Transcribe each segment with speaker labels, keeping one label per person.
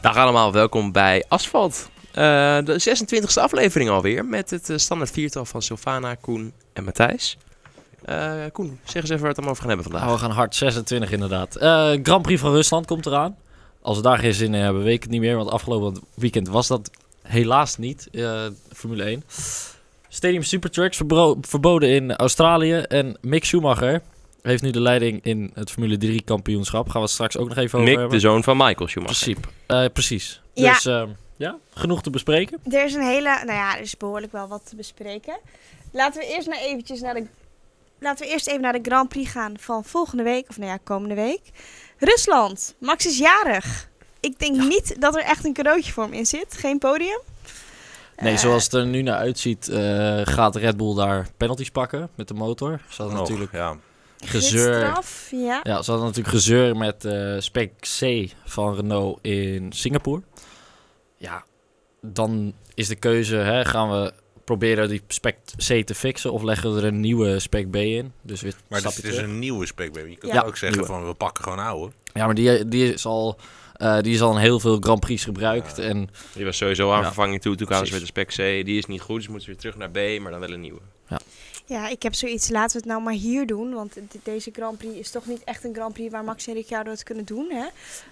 Speaker 1: Dag allemaal, welkom bij Asfalt. Eh, de 26e aflevering alweer met het eh, standaard viertal van Sylvana, Koen en Matthijs. Eh, Koen, zeg eens even waar we het allemaal over gaan hebben vandaag.
Speaker 2: Nou, we gaan hard. 26 inderdaad. Eh, Grand Prix van Rusland komt eraan. Als we daar geen zin in hebben, weet ik het niet meer. Want afgelopen weekend was dat helaas niet. eh, Formule 1. Stadium Supertrucks verbro- verboden in Australië. En Mick Schumacher heeft nu de leiding in het Formule 3 kampioenschap. Gaan we het straks ook nog even over
Speaker 1: Nick,
Speaker 2: hebben.
Speaker 1: de zoon van Michael dus Schumacher.
Speaker 2: Principe. Eh, precies.
Speaker 3: Ja.
Speaker 2: Dus ehm, ja, genoeg te bespreken.
Speaker 3: Er is een hele, nou ja, er is behoorlijk wel wat te bespreken. Laten we eerst, naar eventjes naar de, laten we eerst even naar de Grand Prix gaan van volgende week, of nou ja, komende week. Rusland, Max is jarig. Ik denk niet dat er echt een cadeautje voor hem in zit. Geen podium.
Speaker 2: Nee,
Speaker 3: Eh,
Speaker 2: zoals het er nu naar uitziet, eh, gaat Red Bull daar penalties pakken met de motor. Ze
Speaker 1: Oh.
Speaker 2: hadden
Speaker 4: Nog,
Speaker 2: natuurlijk
Speaker 4: Ja.
Speaker 2: gezeur.
Speaker 3: gidsstraf, Ja.
Speaker 2: Ja, ze hadden natuurlijk gezeur met eh spec C van Renault in Singapore. Ja, dan is de keuze, hè, gaan we proberen die spec C te fixen of leggen we er een nieuwe spec B in? Dus weer
Speaker 4: Maar
Speaker 2: maar
Speaker 4: dit is een nieuwe spekbaby. Je kunt
Speaker 3: Ja.
Speaker 4: ook zeggen
Speaker 2: Nieuwe.
Speaker 4: van we pakken gewoon oude.
Speaker 2: Ja, maar die, die, is al, eh, die is al in heel veel Grand Prix gebruikt. En
Speaker 1: Die was sowieso aan
Speaker 2: Ja.
Speaker 1: vervanging toe. Toen kwamen ze met de
Speaker 2: Precies.
Speaker 1: spec C. Die is niet goed, dus moeten ze weer terug naar B, maar dan wel een nieuwe.
Speaker 3: ja, ik heb zoiets. Laten we het nou maar hier doen. Want de- deze Grand Prix is toch niet echt een Grand Prix waar Max en Ricciardo het kunnen doen. Hè?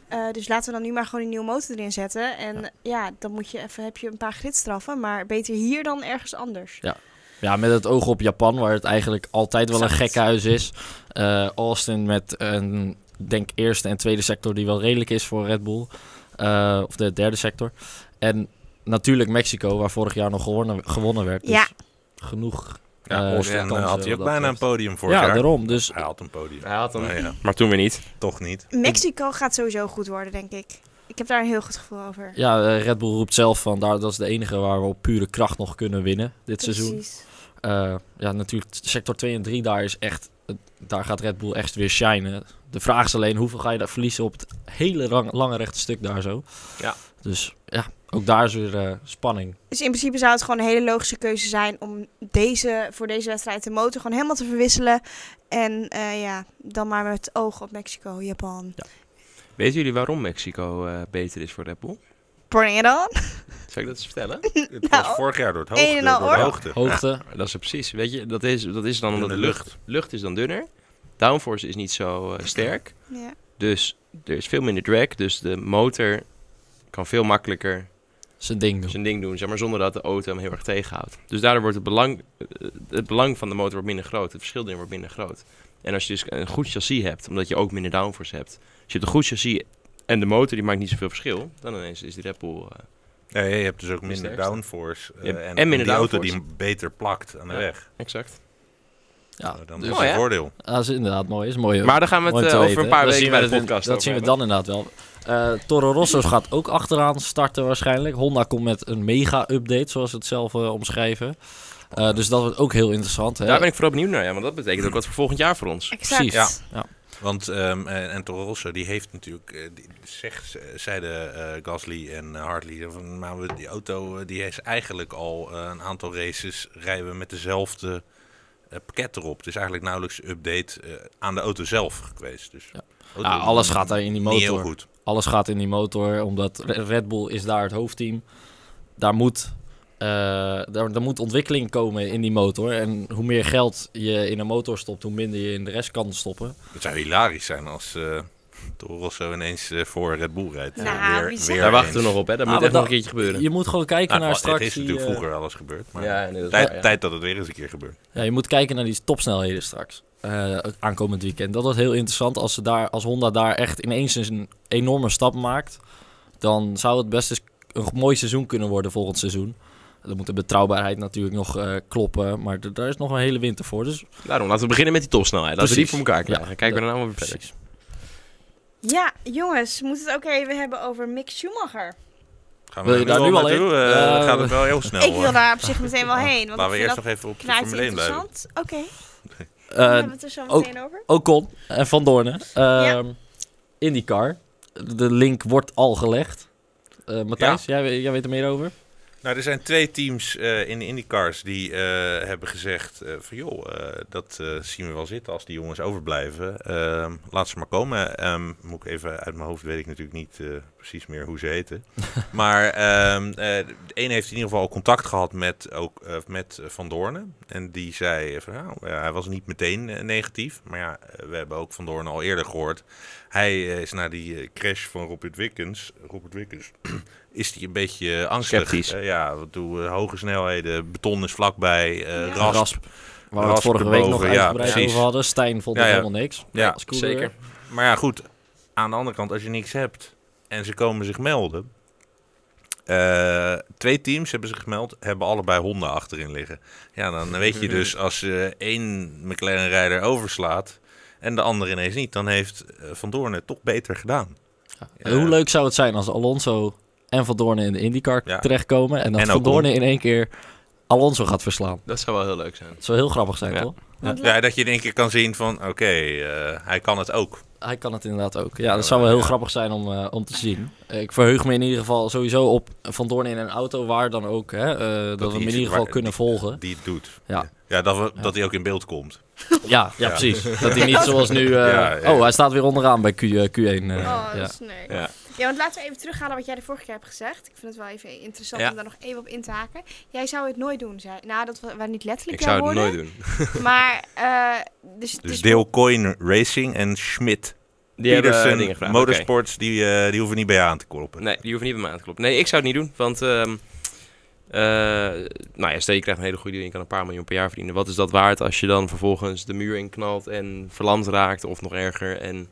Speaker 3: Eh, dus laten we dan nu maar gewoon een nieuwe motor erin zetten. En ja, dan moet je even, heb je een paar gridstraffen. Maar beter hier dan ergens anders.
Speaker 2: ja, met het oog op Japan, waar het eigenlijk altijd wel een
Speaker 3: Exact.
Speaker 2: gekke huis is. Eh, Austin met een, denk eerste en tweede sector die wel redelijk is voor Red Bull. Eh, of de derde sector. En natuurlijk Mexico, waar vorig jaar nog gewonnen, gewonnen werd. Dus
Speaker 3: Ja.
Speaker 2: genoeg.
Speaker 4: Ja,
Speaker 2: eh,
Speaker 4: Austin,
Speaker 2: kansen
Speaker 4: eh, had hij
Speaker 2: wat
Speaker 4: ook
Speaker 2: dat
Speaker 4: bijna een
Speaker 2: betreft.
Speaker 4: podium vorig
Speaker 2: ja,
Speaker 4: jaar.
Speaker 2: daarom. Dus
Speaker 4: Hij had een podium.
Speaker 1: Hij had hem.
Speaker 4: Nou ja,
Speaker 1: Maar toen weer niet.
Speaker 4: toch niet.
Speaker 3: Mexico gaat sowieso goed worden, denk ik. Ik heb daar een heel goed gevoel over.
Speaker 2: ja, eh, Red Bull roept zelf van, daar, dat is de enige waar we op pure kracht nog kunnen winnen dit seizoen.
Speaker 3: Precies.
Speaker 2: Eh, ja, natuurlijk, sector 2 en 3, daar, is echt, daar gaat Red Bull echt weer shinen. De vraag is alleen, hoeveel ga je daar verliezen op het hele rang- lange rechte stuk daar zo?
Speaker 1: Ja.
Speaker 2: Dus ja, ook daar is weer eh, spanning.
Speaker 3: Dus in principe zou het gewoon een hele logische keuze zijn om deze, voor deze wedstrijd de motor gewoon helemaal te verwisselen. En eh, ja, dan maar met het oog op Mexico, Japan.
Speaker 1: Weten jullie waarom Mexico eh, beter is voor Red Bull?
Speaker 3: Bring it on.
Speaker 1: Zal ik dat eens vertellen?
Speaker 4: Het
Speaker 3: Nou,
Speaker 4: was vorig jaar door het
Speaker 3: een
Speaker 4: hoogte.
Speaker 3: en al,
Speaker 4: Door de
Speaker 3: hoor.
Speaker 4: hoogte.
Speaker 2: Hoogte,
Speaker 1: Dat is het precies. Weet je, dat is, dat is dan omdat de
Speaker 4: Dunne
Speaker 1: lucht, lucht is dan dunner. Downforce is niet zo eh, sterk.
Speaker 3: Ja.
Speaker 1: Dus er is veel minder drag. Dus de motor kan veel makkelijker
Speaker 2: zijn ding doen.
Speaker 1: zijn ding doen. Zeg maar, zonder dat de auto hem heel erg tegenhoudt. Dus daardoor wordt het belang, eh, het belang van de motor wordt minder groot. Het verschil erin wordt minder groot. En als je dus een goed chassis hebt, omdat je ook minder downforce hebt. Als je hebt een goed chassis en de motor die maakt niet zoveel verschil. Dan ineens is die Red Bull... eh,
Speaker 4: Ja, ja, je hebt dus ook minder
Speaker 1: sterkste.
Speaker 4: downforce. eh,
Speaker 1: Je hebt-
Speaker 4: en,
Speaker 1: en
Speaker 4: en
Speaker 1: minder
Speaker 4: die auto
Speaker 1: downforce.
Speaker 4: die beter plakt aan de
Speaker 1: Ja.
Speaker 4: weg.
Speaker 1: exact.
Speaker 2: Ja,
Speaker 4: Nou, dan
Speaker 2: dus-
Speaker 4: is
Speaker 1: Mooi,
Speaker 4: het
Speaker 1: hè?
Speaker 4: een voordeel.
Speaker 2: dat is inderdaad mooi. Is mooi
Speaker 1: Maar daar gaan we
Speaker 2: Mooi
Speaker 1: het
Speaker 2: om
Speaker 1: eh,
Speaker 2: te
Speaker 1: over
Speaker 2: weten.
Speaker 1: een paar
Speaker 2: Dat
Speaker 1: weken
Speaker 2: zien
Speaker 1: bij
Speaker 2: we
Speaker 1: de
Speaker 2: dit-
Speaker 1: podcast
Speaker 2: Dat
Speaker 1: over
Speaker 2: zien we
Speaker 1: hebben.
Speaker 2: dan inderdaad wel. Eh Toro Rosso gaat ook achteraan starten waarschijnlijk. Honda komt met een mega-update, zoals ze het zelf eh, omschrijven. Eh, dus dat wordt ook heel interessant. Hè?
Speaker 1: Daar ben ik vooral benieuwd naar. Ja, want dat betekent ook wat voor volgend jaar voor ons.
Speaker 3: Exact.
Speaker 2: Ja.
Speaker 4: Want ehm en, en Toro Rosso, die heeft natuurlijk, eh, die, zegt, zeiden eh, Gasly en eh, Hartley, van, maar we, die auto eh, die is eigenlijk al eh, een aantal races rijden we met dezelfde eh, pakket erop. Het is eigenlijk nauwelijks een update eh, aan de auto zelf geweest. Dus
Speaker 2: Ja.
Speaker 4: auto
Speaker 2: Ja,
Speaker 4: is
Speaker 2: alles
Speaker 4: niet-
Speaker 2: gaat daar in die
Speaker 4: Niet heel
Speaker 2: motor.
Speaker 4: goed.
Speaker 2: Alles gaat in die motor, omdat Re- Red Bull is daar het hoofdteam. Daar moet, eh, daar, daar moet ontwikkeling komen in die motor. En hoe meer geld je in een motor stopt, hoe minder je in de rest kan stoppen.
Speaker 4: Het zou hilarisch zijn als eh Toro Rosso ineens eh, voor Red Bull rijdt. eh,
Speaker 3: Nou,
Speaker 4: weer,
Speaker 3: bizar.
Speaker 4: weer
Speaker 1: Daar wachten we
Speaker 4: eens.
Speaker 1: nog op, hè? Dat
Speaker 2: Ah,
Speaker 1: moet
Speaker 2: maar
Speaker 1: echt nog een
Speaker 2: dat-
Speaker 1: keertje gebeuren.
Speaker 2: Je moet gewoon kijken
Speaker 4: Nou,
Speaker 2: naar
Speaker 4: het
Speaker 2: straks.
Speaker 4: is
Speaker 2: die,
Speaker 4: natuurlijk
Speaker 2: eh,
Speaker 4: vroeger wel eens gebeurd, maar
Speaker 1: Ja, nee, dat is
Speaker 4: tijd,
Speaker 1: waar, ja.
Speaker 4: tijd dat het weer eens een keer gebeurt.
Speaker 2: Ja, je moet kijken naar die topsnelheden straks. eh, aankomend weekend. Dat wordt heel interessant. Als, ze daar, als Honda daar echt ineens eens een enorme stap maakt. Dan zou het best eens een mooi seizoen kunnen worden volgend seizoen. Dan moet de betrouwbaarheid natuurlijk nog eh, kloppen. Maar d- daar is nog een hele winter voor. Dus
Speaker 1: Daarom, laten we beginnen met die topsnelheid. Laten we die
Speaker 2: Precies.
Speaker 1: voor elkaar krijgen.
Speaker 2: Ja,
Speaker 1: Kijken we
Speaker 2: dat-
Speaker 1: dan allemaal weer verder.
Speaker 2: precies.
Speaker 3: Ja, jongens, we moeten het ook even hebben over Mick Schumacher.
Speaker 4: Gaan
Speaker 2: Wil je daar nu al
Speaker 4: naartoe?
Speaker 2: heen?
Speaker 4: Eh, dat
Speaker 2: Eh,
Speaker 4: gaat het wel heel snel.
Speaker 3: ik wil
Speaker 4: hoor.
Speaker 3: daar op zich meteen wel heen. Want
Speaker 4: Laten we
Speaker 3: ik
Speaker 4: eerst
Speaker 3: vind
Speaker 4: nog even op de
Speaker 3: dat
Speaker 4: Formule 1 blijven.
Speaker 3: interessant. Oké, dan
Speaker 2: eh
Speaker 3: hebben we het er zo
Speaker 2: ook-
Speaker 3: meteen over.
Speaker 2: Ocon en Van Doornen.
Speaker 3: Ja.
Speaker 2: Ehm IndyCar. De link wordt al gelegd. Eh, Matthijs, jij, we- jij weet er meer over?
Speaker 4: Nou, er zijn twee teams eh, in de IndyCars die eh, hebben gezegd eh, van joh, eh, dat eh, zien we wel zitten als die jongens overblijven. Ehm, laat ze maar komen. Ehm, moet ik even uit mijn hoofd, weet ik natuurlijk niet eh, precies meer hoe ze heten. maar ehm, eh, de een heeft in ieder geval contact gehad met, ook, eh, met eh, Van Doorne. En die zei, van, nou, eh, hij was niet meteen eh, negatief. Maar ja, eh, we hebben ook Van Doorne al eerder gehoord. Hij eh, is na die eh, crash van Robert Wickens, Robert Wickens is die een beetje eh, angstig.
Speaker 1: Sceptisch.
Speaker 4: Eh, ja, wat doen we? hoge snelheden, beton is vlakbij, eh
Speaker 3: Ja.
Speaker 4: rasp.
Speaker 2: Waar we het
Speaker 4: Rasp
Speaker 2: vorige week nog
Speaker 4: erboven, ja,
Speaker 2: uitgebreid
Speaker 4: precies.
Speaker 2: over hadden. Stijn vond
Speaker 4: Ja,
Speaker 2: er
Speaker 4: ja.
Speaker 2: helemaal niks.
Speaker 4: Ja,
Speaker 2: Dat is cool
Speaker 1: zeker.
Speaker 2: weer.
Speaker 4: Maar ja, goed. Aan de andere kant, als je niks hebt en ze komen zich melden. eh, twee teams hebben zich gemeld, hebben allebei honden achterin liggen. Ja, dan weet je dus als je één McLaren-rijder overslaat en de ander ineens niet, dan heeft eh, Van Doorn het toch beter gedaan.
Speaker 2: En Eh, Hoe leuk zou het zijn als Alonso en Van Doorne in de IndyCar
Speaker 4: Ja.
Speaker 2: terechtkomen en dat
Speaker 4: En
Speaker 2: Van
Speaker 4: Ocon.
Speaker 2: Doorne in één keer Alonso gaat verslaan?
Speaker 1: Dat zou wel heel leuk zijn.
Speaker 2: Dat zou heel grappig zijn,
Speaker 1: Ja.
Speaker 2: toch?
Speaker 3: Want la-
Speaker 4: Ja, dat je in één keer kan zien van, oké, eh, hij kan het ook.
Speaker 2: Hij kan het inderdaad ook. Ja, dat zou wel heel grappig zijn om, eh, om te zien. Eh, ik verheug me in ieder geval sowieso op Van Doorn in een auto, waar dan ook. Hè, eh, dat, we
Speaker 4: hij
Speaker 2: hem in
Speaker 4: iets-
Speaker 2: ieder geval
Speaker 4: waar-
Speaker 2: kunnen
Speaker 4: die-
Speaker 2: volgen.
Speaker 4: Die het doet.
Speaker 2: Ja.
Speaker 4: Ja, dat, we, dat hij ook in beeld komt.
Speaker 2: Ja, ja,
Speaker 4: Ja.
Speaker 2: precies. Dat hij niet zoals nu... eh,
Speaker 4: Ja, ja.
Speaker 2: Oh, hij staat weer onderaan bij Q, eh, Q1. eh,
Speaker 3: Oh,
Speaker 2: ja.
Speaker 3: dat is nee.
Speaker 1: Ja.
Speaker 3: Ja, want laten we even teruggaan naar wat jij de vorige keer hebt gezegd. Ik vind het wel even interessant
Speaker 1: Ja.
Speaker 3: om daar nog even op in te haken. Jij zou het nooit doen, zei Nou, dat wa- waren niet letterlijk
Speaker 1: Ik zou
Speaker 3: jouw
Speaker 1: het nooit
Speaker 3: woorden.
Speaker 1: doen.
Speaker 3: Maar, eh, dus,
Speaker 4: Dus
Speaker 3: dus-
Speaker 4: deel Coin Racing en Schmidt.
Speaker 1: Die eh,
Speaker 4: Petersen,
Speaker 1: dingen gevraagd. Oké.
Speaker 4: Motorsports, die, eh, die hoeven niet bij je aan te kloppen.
Speaker 1: Nee, die hoeven niet bij mij aan te kloppen. Nee, ik zou het niet doen, want... ehm, eh, nou ja, stel je krijgt een hele goede deal en je kan een paar miljoen per jaar verdienen. Wat is dat waard als je dan vervolgens de muur inknalt en verlamd raakt of nog erger en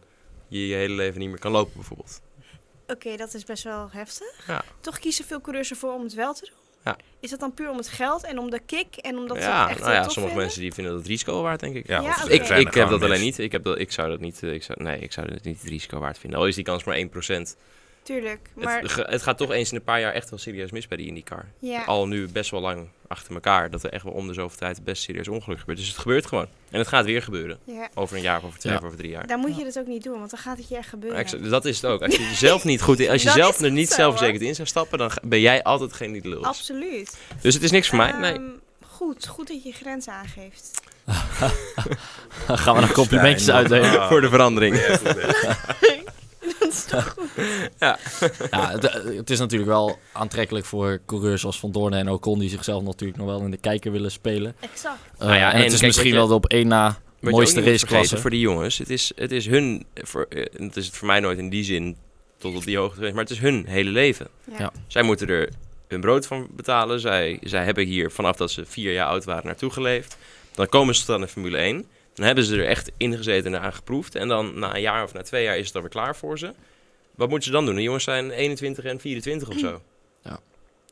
Speaker 1: je je hele leven niet meer kan lopen bijvoorbeeld?
Speaker 3: Oké, dat is best wel heftig.
Speaker 1: Ja.
Speaker 3: Toch kiezen veel coureurs ervoor om het wel te doen.
Speaker 1: Ja.
Speaker 3: Is dat dan puur om het geld en om de kick en omdat ze
Speaker 1: ja,
Speaker 3: het echt
Speaker 1: nou
Speaker 3: heel
Speaker 1: ja,
Speaker 3: tof
Speaker 1: sommige
Speaker 3: vinden?
Speaker 1: mensen die vinden dat het risico waard, denk ik.
Speaker 4: Ja,
Speaker 3: Ja,
Speaker 4: of ze
Speaker 3: oké.
Speaker 1: Ik,
Speaker 4: zijn er
Speaker 1: ik heb
Speaker 4: gewoon
Speaker 1: dat alleen
Speaker 4: mis.
Speaker 1: niet. Ik, heb dat, ik zou dat niet. eh, Ik zou, nee, ik zou dat niet het risico waard vinden. Al is die kans maar 1%.
Speaker 3: Tuurlijk, maar
Speaker 1: Het, ge- het gaat toch eens in een paar jaar echt wel serieus mis bij die IndyCar.
Speaker 3: ja.
Speaker 1: Al nu best wel lang achter elkaar. Dat er echt wel om de zoveel tijd best serieus ongeluk gebeurt. Dus het gebeurt gewoon. En het gaat weer gebeuren.
Speaker 3: ja,
Speaker 1: Over een jaar, of over twee
Speaker 2: Ja.
Speaker 1: jaar, of over drie jaar.
Speaker 3: dan moet je dat ook niet doen, want dan gaat het je echt gebeuren.
Speaker 1: Maar ik- dat is het ook. Als je zelf niet goed in, als je
Speaker 3: Dat
Speaker 1: zelf
Speaker 3: is
Speaker 1: er
Speaker 3: het
Speaker 1: niet
Speaker 3: zo,
Speaker 1: zelfverzekerd in zou stappen, dan ga- ben jij altijd degene die de lul is.
Speaker 3: Absoluut.
Speaker 1: Dus het is niks voor mij. Nee.
Speaker 3: Ehm, goed, goed dat je je grenzen aangeeft.
Speaker 2: Gaan we nog complimentjes
Speaker 4: Stijn.
Speaker 2: uitdelen.
Speaker 4: Ah.
Speaker 1: voor de verandering.
Speaker 4: Ja, goed, eh.
Speaker 3: dat is toch goed.
Speaker 2: Ja, het, eh, het is natuurlijk wel aantrekkelijk voor coureurs als Van Doorn en Ocon... die zichzelf natuurlijk nog wel in de kijker willen spelen.
Speaker 3: Exact.
Speaker 1: Nou
Speaker 2: Eh,
Speaker 1: ja,
Speaker 2: en het
Speaker 1: en
Speaker 2: is
Speaker 1: kijk,
Speaker 2: misschien
Speaker 1: wat je-
Speaker 2: wel de op één na
Speaker 1: Wat je ook
Speaker 2: mooiste
Speaker 1: niet moet vergeten
Speaker 2: raceklasse.
Speaker 1: voor die jongens. Het is, het is hun, voor, eh, het is het voor mij nooit in die zin tot op die hoogte geweest, maar het is hun hele leven.
Speaker 3: Ja.
Speaker 2: Ja.
Speaker 1: Zij moeten er hun brood van betalen. Zij, zij hebben hier vanaf dat ze vier jaar oud waren naartoe geleefd. Dan komen ze dan in Formule 1. Dan hebben ze er echt ingezeten en aan geproefd. En dan na een jaar of na twee jaar is het alweer klaar voor ze. Wat moeten ze dan doen? De jongens zijn 21 en 24 of zo.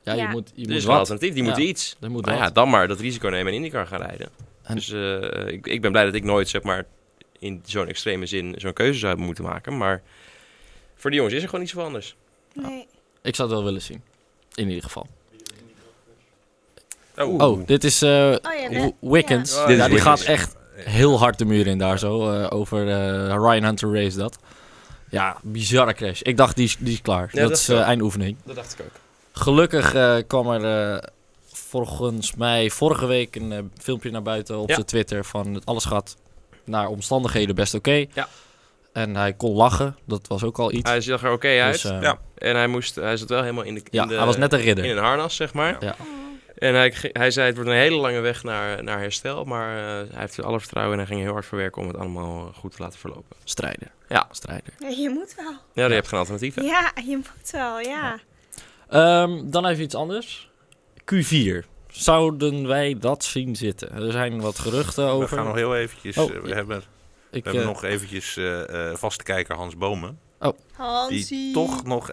Speaker 2: Ja, je
Speaker 3: Ja.
Speaker 2: moet, je
Speaker 1: Dus
Speaker 2: moet
Speaker 1: is wel
Speaker 2: wat.
Speaker 1: alternatief. Die
Speaker 2: Ja.
Speaker 1: moeten iets.
Speaker 2: Er moet
Speaker 1: Maar Nou ja,
Speaker 2: wat.
Speaker 1: dan maar dat risico nemen en in IndyCar gaan rijden.
Speaker 2: En-
Speaker 1: Dus eh, ik, ik ben blij dat ik nooit, zeg maar, in zo'n extreme zin zo'n keuze zou hebben moeten maken. Maar voor die jongens is er gewoon niet zoveel anders.
Speaker 3: Nee.
Speaker 2: Ik zou het wel willen zien. In ieder geval.
Speaker 4: Oh.
Speaker 2: Oh, dit is eh,
Speaker 3: Oh ja,
Speaker 2: W-
Speaker 3: net-
Speaker 2: Wickens.
Speaker 4: Ja.
Speaker 2: Ja,
Speaker 4: Dit is
Speaker 2: die
Speaker 4: Wickens.
Speaker 2: gaat echt heel hard de muur in daar zo. eh, over eh, Ryan Hunter Race dat. Ja, bizarre crash. Ik dacht, die is, die is klaar.
Speaker 1: Ja,
Speaker 2: dat,
Speaker 1: dat
Speaker 2: is
Speaker 1: wel.
Speaker 2: eh, eindoefening.
Speaker 1: Dat dacht ik ook.
Speaker 2: Gelukkig eh, kwam er eh, volgens mij vorige week een eh, filmpje naar buiten op
Speaker 1: Ja.
Speaker 2: zijn Twitter van het alles gaat naar omstandigheden best oké.
Speaker 1: Ja.
Speaker 2: En hij kon lachen. Dat was ook al iets.
Speaker 1: Hij zag er oké uit.
Speaker 2: Dus, eh,
Speaker 4: Ja.
Speaker 1: en hij, moest, hij zat wel helemaal in de, in
Speaker 2: ja,
Speaker 1: de-
Speaker 2: hij was net een
Speaker 1: in
Speaker 2: ridder.
Speaker 1: een harnas, zeg maar.
Speaker 2: Ja.
Speaker 3: Oh,
Speaker 1: En hij, ge- hij zei, het wordt een hele lange weg naar, naar herstel. Maar eh, hij heeft er alle vertrouwen en hij ging heel hard voor werken om het allemaal eh, goed te laten verlopen.
Speaker 2: Strijder.
Speaker 1: Ja.
Speaker 2: Strijder.
Speaker 3: Nee, je moet wel.
Speaker 1: Ja, je hebt geen alternatieven.
Speaker 3: Ja, je moet wel, ja.
Speaker 2: Ehm, dan even iets anders. Q4. Zouden wij dat zien zitten? Er zijn wat geruchten
Speaker 4: We
Speaker 2: over.
Speaker 4: gaan nog heel eventjes...
Speaker 2: Oh,
Speaker 4: eh, we
Speaker 2: ja.
Speaker 4: hebben, we
Speaker 2: Ik,
Speaker 4: hebben
Speaker 2: eh,
Speaker 4: nog eventjes eh, eh, vaste kijker Hans Bomen. Die
Speaker 3: Hansie.
Speaker 4: toch nog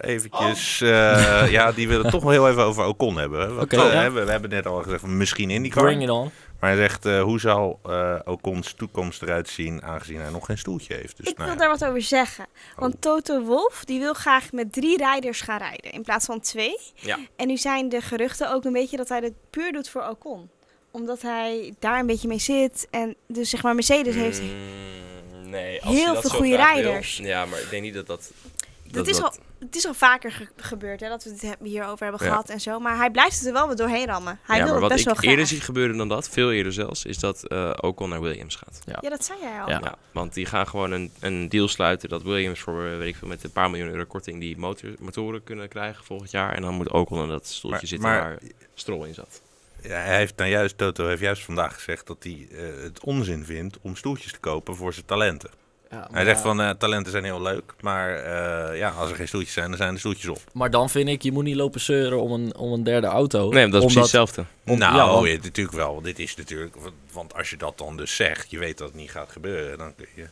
Speaker 4: eventjes... eh, ja, die willen toch nog heel even over Ocon hebben. hè. Want,
Speaker 2: Oh. Oké,
Speaker 4: eh,
Speaker 2: ja.
Speaker 4: we, we hebben net al gezegd, van misschien IndyCar.
Speaker 2: Bring it on.
Speaker 4: Maar hij zegt, eh, hoe zal eh Ocon's toekomst eruit zien... aangezien hij nog geen stoeltje heeft. Dus,
Speaker 3: Ik
Speaker 4: nou
Speaker 3: wil
Speaker 4: ja.
Speaker 3: daar wat over zeggen.
Speaker 1: Oh.
Speaker 3: Want Toto Wolf die wil graag met drie rijders gaan rijden in plaats van twee.
Speaker 1: Ja.
Speaker 3: En nu zijn de geruchten ook een beetje dat hij dat puur doet voor Ocon. Omdat hij daar een beetje mee zit. En dus zeg maar Mercedes heeft...
Speaker 1: Mm, nee,
Speaker 3: Heel
Speaker 1: je dat
Speaker 3: veel
Speaker 1: zo
Speaker 3: goede
Speaker 1: graag wil-
Speaker 3: rijders.
Speaker 1: ja, maar ik denk niet dat dat... dat-
Speaker 3: Het is, al,
Speaker 1: dat-
Speaker 3: het is al vaker ge- gebeurd hè, dat we het he- hierover hebben
Speaker 1: Ja.
Speaker 3: gehad en zo. Maar hij blijft het er wel weer doorheen rammen. Hij
Speaker 1: ja, maar
Speaker 3: wil het
Speaker 1: wat
Speaker 3: best
Speaker 1: ik
Speaker 3: wel graag.
Speaker 1: eerder zie gebeuren dan dat, veel eerder zelfs, is dat eh Ocon naar Williams gaat.
Speaker 3: Ja, dat zei jij al.
Speaker 2: Ja.
Speaker 1: Ja, want die gaan gewoon een, een deal sluiten dat Williams voor, eh, weet ik veel, met een paar miljoen euro korting die motor, motoren kunnen krijgen volgend jaar. En dan moet Ocon in dat stoeltje
Speaker 4: Maar-
Speaker 1: zitten
Speaker 4: maar-
Speaker 1: waar Strol in zat.
Speaker 4: Ja, hij heeft nou juist, Toto heeft juist vandaag gezegd dat hij eh, het onzin vindt om stoeltjes te kopen voor zijn talenten. Hij zegt van, eh, talenten zijn heel leuk, maar eh, ja, als er geen stoeltjes zijn, dan zijn de stoeltjes op.
Speaker 2: Maar dan vind ik, je moet niet lopen zeuren om een, om een derde auto.
Speaker 1: Nee, maar dat is precies
Speaker 2: Omdat-
Speaker 1: hetzelfde.
Speaker 2: Om-
Speaker 4: nou,
Speaker 2: ja, want-
Speaker 4: ja, natuurlijk wel. want Dit is natuurlijk, want- want als je dat dan dus zegt, je weet dat het niet gaat gebeuren, dan kun je